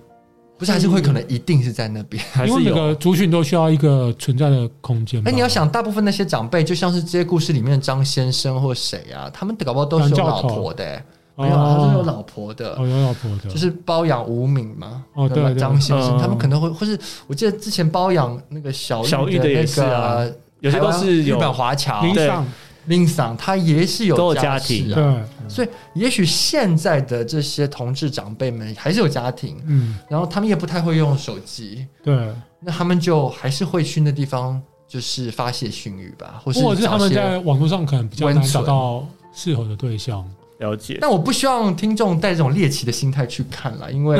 C: 不是还是会可能一定是在那边。
B: 还
D: 因为
B: 是有。
D: 每个族群都需要一个存在的空间吧。
C: 哎，你要想，大部分那些长辈，就像是这些故事里面的张先生或谁啊，他们搞不好都是有
D: 杨教
C: 老
D: 头
C: 婆的、欸，
D: 哦，
C: 没有啊，他是有老婆的。
D: 哦有老婆的，
C: 就是包养无名嘛，
D: 哦
C: 对吧
D: 对对
C: 张先
B: 嗯
C: 生他们可能会，或是我记得之前包养那个小
B: 小玉
C: 玉
B: 的也
C: 那
B: 是啊
C: 个，
B: 有些都是
C: 日
B: 有
C: 本华侨
D: 林
B: 对
D: 上
C: 令赏，他也是有
B: 都有家
C: 家
B: 庭
C: 室啊，
D: 对，
C: 所以也许现在的这些同志长辈们还是有家庭，
D: 嗯
C: 然后他们也不太会用手机，
D: 对，
C: 那他们就还是会去那地方就是发泄性欲吧，或是
D: 或者是他
C: 找
D: 们
C: 些
D: 在网络上可能比较
C: 温
D: 难
C: 存
D: 找到适合的对象，
B: 了解。
C: 但我不希望听众带这种猎奇的心态去看啦， 因为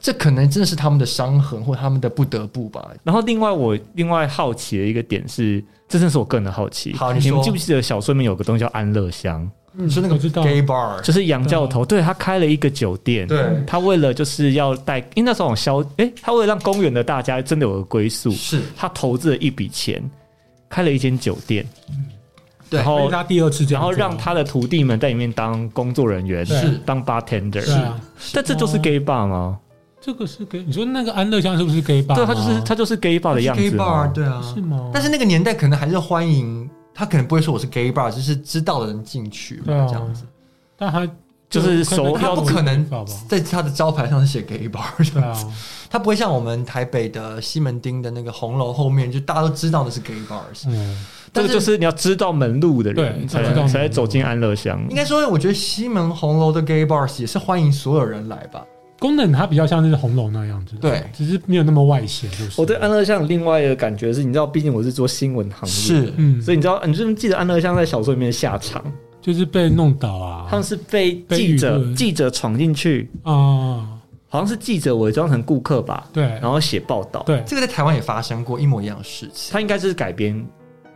C: 这可能真的是他们的伤痕或他们的不得不吧。
B: 然后另外我另外好奇的一个点是，这正是我个人的好奇。
C: 好你
B: 你
C: 说
B: 们记不记得小说里面有个东西叫安乐乡，
D: 嗯
C: 说那个
D: 我知道
C: gay bar，
B: 就是洋教头对他开了一个酒店，
C: 嗯对
B: 他为了就是要带，因为那时候消，诶、他为了让公园的大家真的有个归宿，
C: 是
B: 他投资了一笔钱，开了一间酒店，
C: 对
B: 然
D: 所
B: 后
D: 以他第二次这
B: 然
D: 样
B: 后
D: 做，
B: 让他的徒弟们在里面当工作人员，
D: 是
B: 当 bartender，
D: 对啊，
B: 但这就是 gay bar 吗？
D: 这个是给你说那个安乐乡是不是 gay bar？
B: 对，他就是
D: 吗
B: 他就是 gay bar 的样
C: gay
B: 子哦吗
C: bar，对啊，
D: 是吗？
C: 但是那个年代可能还是欢迎，他可能不会说我是 gay bar，就是知道的人进去嘛
D: 对啊
C: 这样子。
D: 但他
B: 就是熟
D: 他
C: 他不
B: 要
C: 可能
D: 吧？
C: 在他的招牌上是写 gay bar 这
D: 对
C: 样
D: 啊
C: 子，，他不会像我们台北的西门町的那个红楼后面，就大家都知道那是 gay bars。
D: 嗯，
B: 这
C: 但
B: 个就是你要知道门路的人
D: 对
B: 才
D: 知道门
B: 能
D: 路
B: 才能走进安乐乡。
C: 应该说，我觉得西门红楼的 gay bars 也是欢迎所有人来吧。
D: 功能它比较像是红楼那样子，
C: 对
D: 只是没有那么外显，就是
B: 我对安乐乡有另外的感觉是，你知道，毕竟我是做新闻行业，
C: 是
D: 嗯，
B: 所以你知道，你记不记得安乐乡在小说里面的下场？
D: 就是被弄倒啊，
B: 他们是被
D: 被
B: 记者
D: 舆论
B: 记者闯进去，
D: 啊，
B: 好像是记者伪装成顾客吧，
D: 对
B: 然后写报道。
D: 对，
C: 这个在台湾也发生过一模一样的事情。
B: 他应该是改编，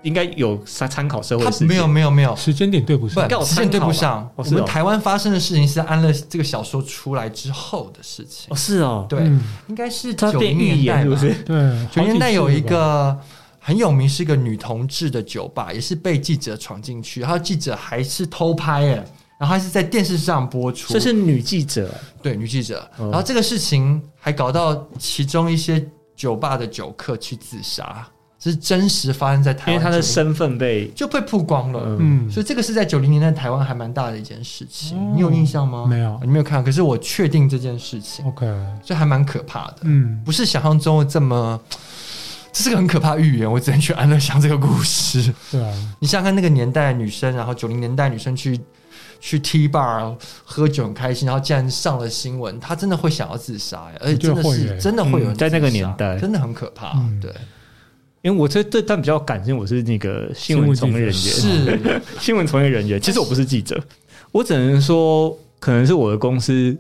B: 应该有参参考社会
C: 他
B: 事件
C: 没有没有没有，
D: 时间点对不上，
B: 告
C: 不，时间对不上。
B: 哦
C: 我
B: 是哦
C: 们台湾发生的事情是在安乐这个小说出来之后的事情
B: 哦，。是哦，
C: 对，
D: 嗯
C: 应该是
B: 他
C: 九
B: 变
C: 零
B: 预
C: 年
B: 言
C: 代
B: 是不
C: 吧。
B: 是？
D: 对，
C: 九零年代有一
D: 好
C: 个很有名，是一个女同志的酒吧，也是被记者闯进去，然后记者还是偷拍哎，然后还是在电视上播出
B: 这，是女记者，
C: 对女记者，
B: 哦
C: 然后这个事情还搞到其中一些酒吧的酒客去自杀，这是真实发生在台
B: 因
C: 湾，
B: 为她的身份被呃
C: 就被曝光了。
D: 几次吧，嗯，
C: 所以这个是在九零年代台湾还蛮大的一件事情，你有印象吗？哦
D: 没有
C: 你没有看，可是我确定这件事情，
D: OK，
C: 所以还蛮可怕的。
D: 嗯，
C: 不是想象中的这么，这是个很可怕的预言。我只能去安乐乡这个故事。
D: 对啊，
C: 你想想看，那个年代的女生，然后九零年代女生去去 T bar 喝酒很开心，然后竟然上了新闻，她真的会想要自杀耶，而且真的
D: 我觉得
C: 是
D: 会耶
C: 真的会有人
B: 嗯在那个
C: 自杀
B: 年代
C: 真的很可怕。
D: 嗯
C: 对，
B: 因为我这这段比较感性，我是那个新闻从业人员，
C: 是
B: 新闻从业人员。其实我不是记者，我只能说，可能是我的公司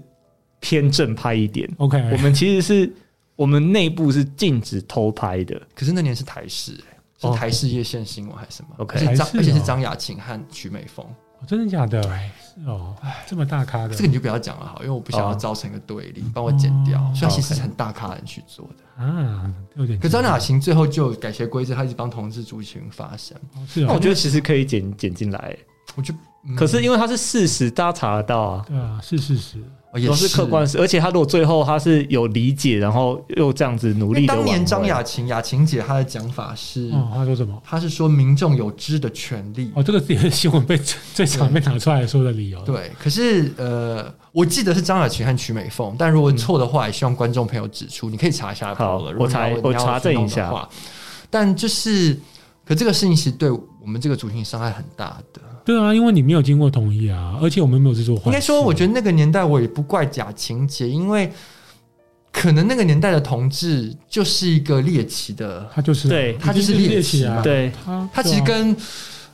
B: 偏正派一点。
D: OK，
B: 我们其实是我们内部是禁止偷拍的，
C: 可是那年是台视耶。是
B: 哦
C: 台视夜线新闻还是什么
B: OK
C: 而且张
D: 台视哦
C: 而且是张雅琴和曲美凤，
D: 哦真的假的？是哦，这么大咖的，
C: 这个你就不要讲了好，因为我不想要
B: 哦
C: 造成一个对立，帮我剪掉
D: 哦。
C: 所以它其实
B: OK
C: 是很大咖的人去做的。
D: 啊，有点，
C: 可张雅琴最后就改邪归正，她一直帮同志族群发声。
D: 哦是
B: 那
D: 哦
B: 我，觉得其实可以剪剪进来。
C: 我就，嗯
B: 可是因为它是事实，大家查得到啊，
D: 对啊，是是是，
C: 哦也
B: 都是客观事。而且他如果最后他是有理解，然后又这样子努
C: 因
B: 力
C: 为
B: 的，嗯
C: 当年张雅琴雅琴姐她的讲法是，
D: 哦，他说什么？
C: 她是说民众有知的权利。
D: 哦，这个也是新闻被最常被拿出来说的理由。，
C: 对，可是呃，我记得是张雅琴和曲美凤，但如果错的话，也希望观众朋友指出，你可以查一下
B: 好
C: 了。如果
B: 我查
C: 你要你要
B: 我查证一下
C: 去弄的话。但就是，可这个事情其实对我们这个族群伤害很大的。
D: 对啊，因为你没有经过同意啊，而且我们没有制作环。
C: 应该说，我觉得那个年代我也不怪假情节，因为可能那个年代的同志就是一个猎奇的，
D: 他就是啊
B: 对
C: 他就是猎奇啊
D: 啊，
B: 对
D: 他
C: 他其实跟。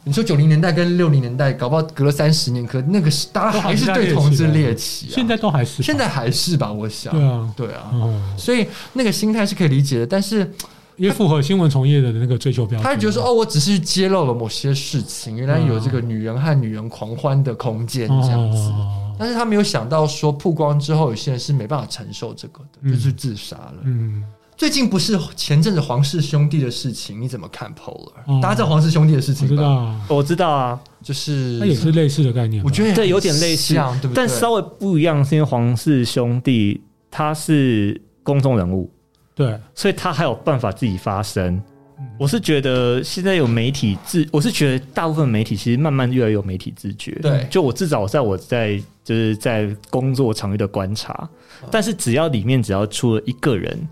C: 你说九零年代跟六零年代，搞不好隔了三十年，可那个是大家还是对同志猎奇啊。
D: 现在都还是吧
C: 现在还是吧，我想。
D: 对啊，
C: 对啊，
D: 哦，
C: 所以那个心态是可以理解的，但是
D: 也符合新闻从业的那个追求标准。啊
C: 他就觉得说，哦，我只是揭露了某些事情，原来有这个女人和女人狂欢的空间这样子。
D: 哦，
C: 但是他没有想到说曝光之后，有些人是没办法承受这个的，
D: 嗯
C: 就是自杀了。
D: 嗯，
C: 最近不是前阵子黄氏兄弟的事情，你怎么看 Polar？、
D: 哦
C: 大家知道黄氏兄弟的事
D: 我
C: 情
D: 知
C: 吧？
D: 道，
B: 我知道啊，
C: 就是
D: 那也是类似的概念吧。
C: 我觉得也很
B: 对，有点类似
C: 像，对不对？
B: 但稍微不一样，是因为黄氏兄弟他是公众人物，
D: 对，
B: 所以他还有办法自己发声
D: 嗯。
B: 我是觉得现在有媒体自，我是觉得大部分媒体其实慢慢越来越有媒体自觉。
C: 对
B: 就我至少在我在就是在工作场域的观察，
C: 嗯
B: 但是只要里面只要出了一个人，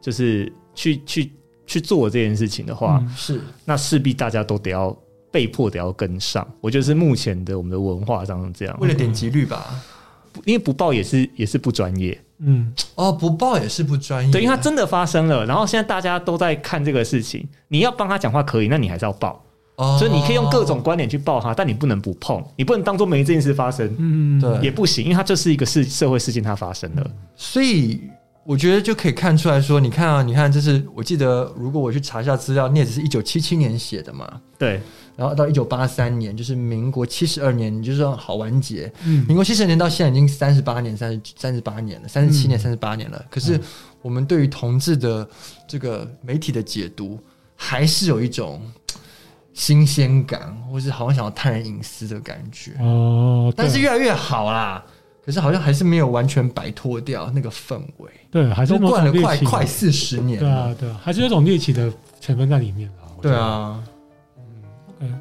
B: 就是去去去做这件事情的话，
D: 嗯
C: 是
B: 那势必大家都得要被迫得要跟上。我觉得是目前的我们的文化上是这样，
C: 为了点击率吧？
B: 因为不报也是也是不专业，
D: 嗯，
C: 哦，不报也是不专业，
B: 对，因为它真的发生了，然后现在大家都在看这个事情，你要帮他讲话可以，那你还是要报。
C: 哦
B: 所以你可以用各种观点去抱它，但你不能不碰，你不能当做没这件事发生，
D: 嗯，
C: 对
B: 也不行，因为它就是一个事社会事件，它发生
C: 嗯
B: 了。
C: 所以我觉得就可以看出来说，你看啊，你看，这是我记得，如果我去查一下资料，镊子是一九七七年写的嘛，
B: 对，
C: 然后到一九八三年，就是民国七十二年，你就说好完结。
D: 嗯
C: 民国七十年到现在已经三十八年、三十三十八年了，三十七年、三十八年了。可是我们对于同志的这个媒体的解读，还是有一种嘖新鲜感，或是好像想要探人隐私的感觉。
D: 哦，对
C: 但是越来越好啦，可是好像还是没有完全摆脱掉那个氛围，
D: 对，还是
C: 都
D: 某
C: 灌了
D: 种猎
C: 快
D: 奇的，
C: 快四十年
D: 对
C: 了
D: 啊。对啊，还是有种猎奇的成分在里面啊。我觉
C: 对
D: 得，
C: 啊，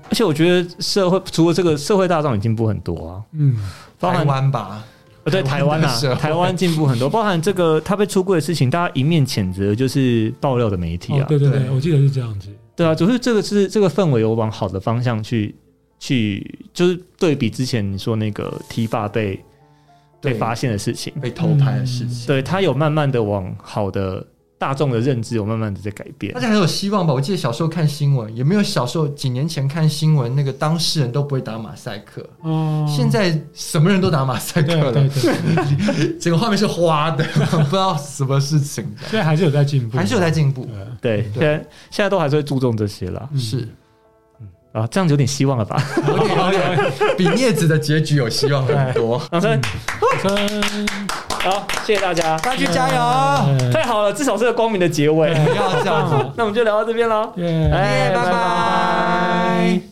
B: 而且我觉得社会除了这个社会大众已经进步很多啊，
D: 嗯，
B: 包
C: 台
B: 含
C: 湾吧，
B: 呃，对台湾
C: 台湾的社
B: 啊，
C: 会
B: 台湾进步很多，包含这个他被出柜的事情，大家一面谴责就是爆料的媒体
D: 哦
B: 啊，，
D: 对对对，
C: 对
D: 我记得是这样子。
B: 对啊，只是这个是这个氛围有往好的方向去去，就是对比之前你说那个 T 爸被
C: 对
B: 被发现的事情，
C: 被偷拍的事情。
B: 对他有慢慢的往好的大众的认知有慢慢的在改变
C: 大，家还有希望吧？我记得小时候看新闻，也没有小时候几年前看新闻，那个当事人都不会打马赛克。
D: 哦，
C: 现在什么人都打马赛克
D: 对
C: 了，
D: 对对，
C: 整个画面是花的， 不知道什么事 情，
D: 所以还是有在进步，
C: 还是有在进步
D: 对。。
B: 对，现
C: 对
B: 在现在都还是会注重这些啦，
D: 嗯
C: 是，
B: 啊，这样子有点希望了吧？
C: 有点有 点比镊子的结局有希望很多。
D: 哎
B: 掌声，
D: 真
B: 好，谢谢大家，
C: 大家去加油！
D: 呃
B: 太好了，至少是个光
C: 嗯
D: 네.
B: 明的结尾，
C: 不要这样子。
D: 예.
B: 네.哎那我们就聊到这边喽。
D: 耶
B: 哎
C: 嗯哎拜拜。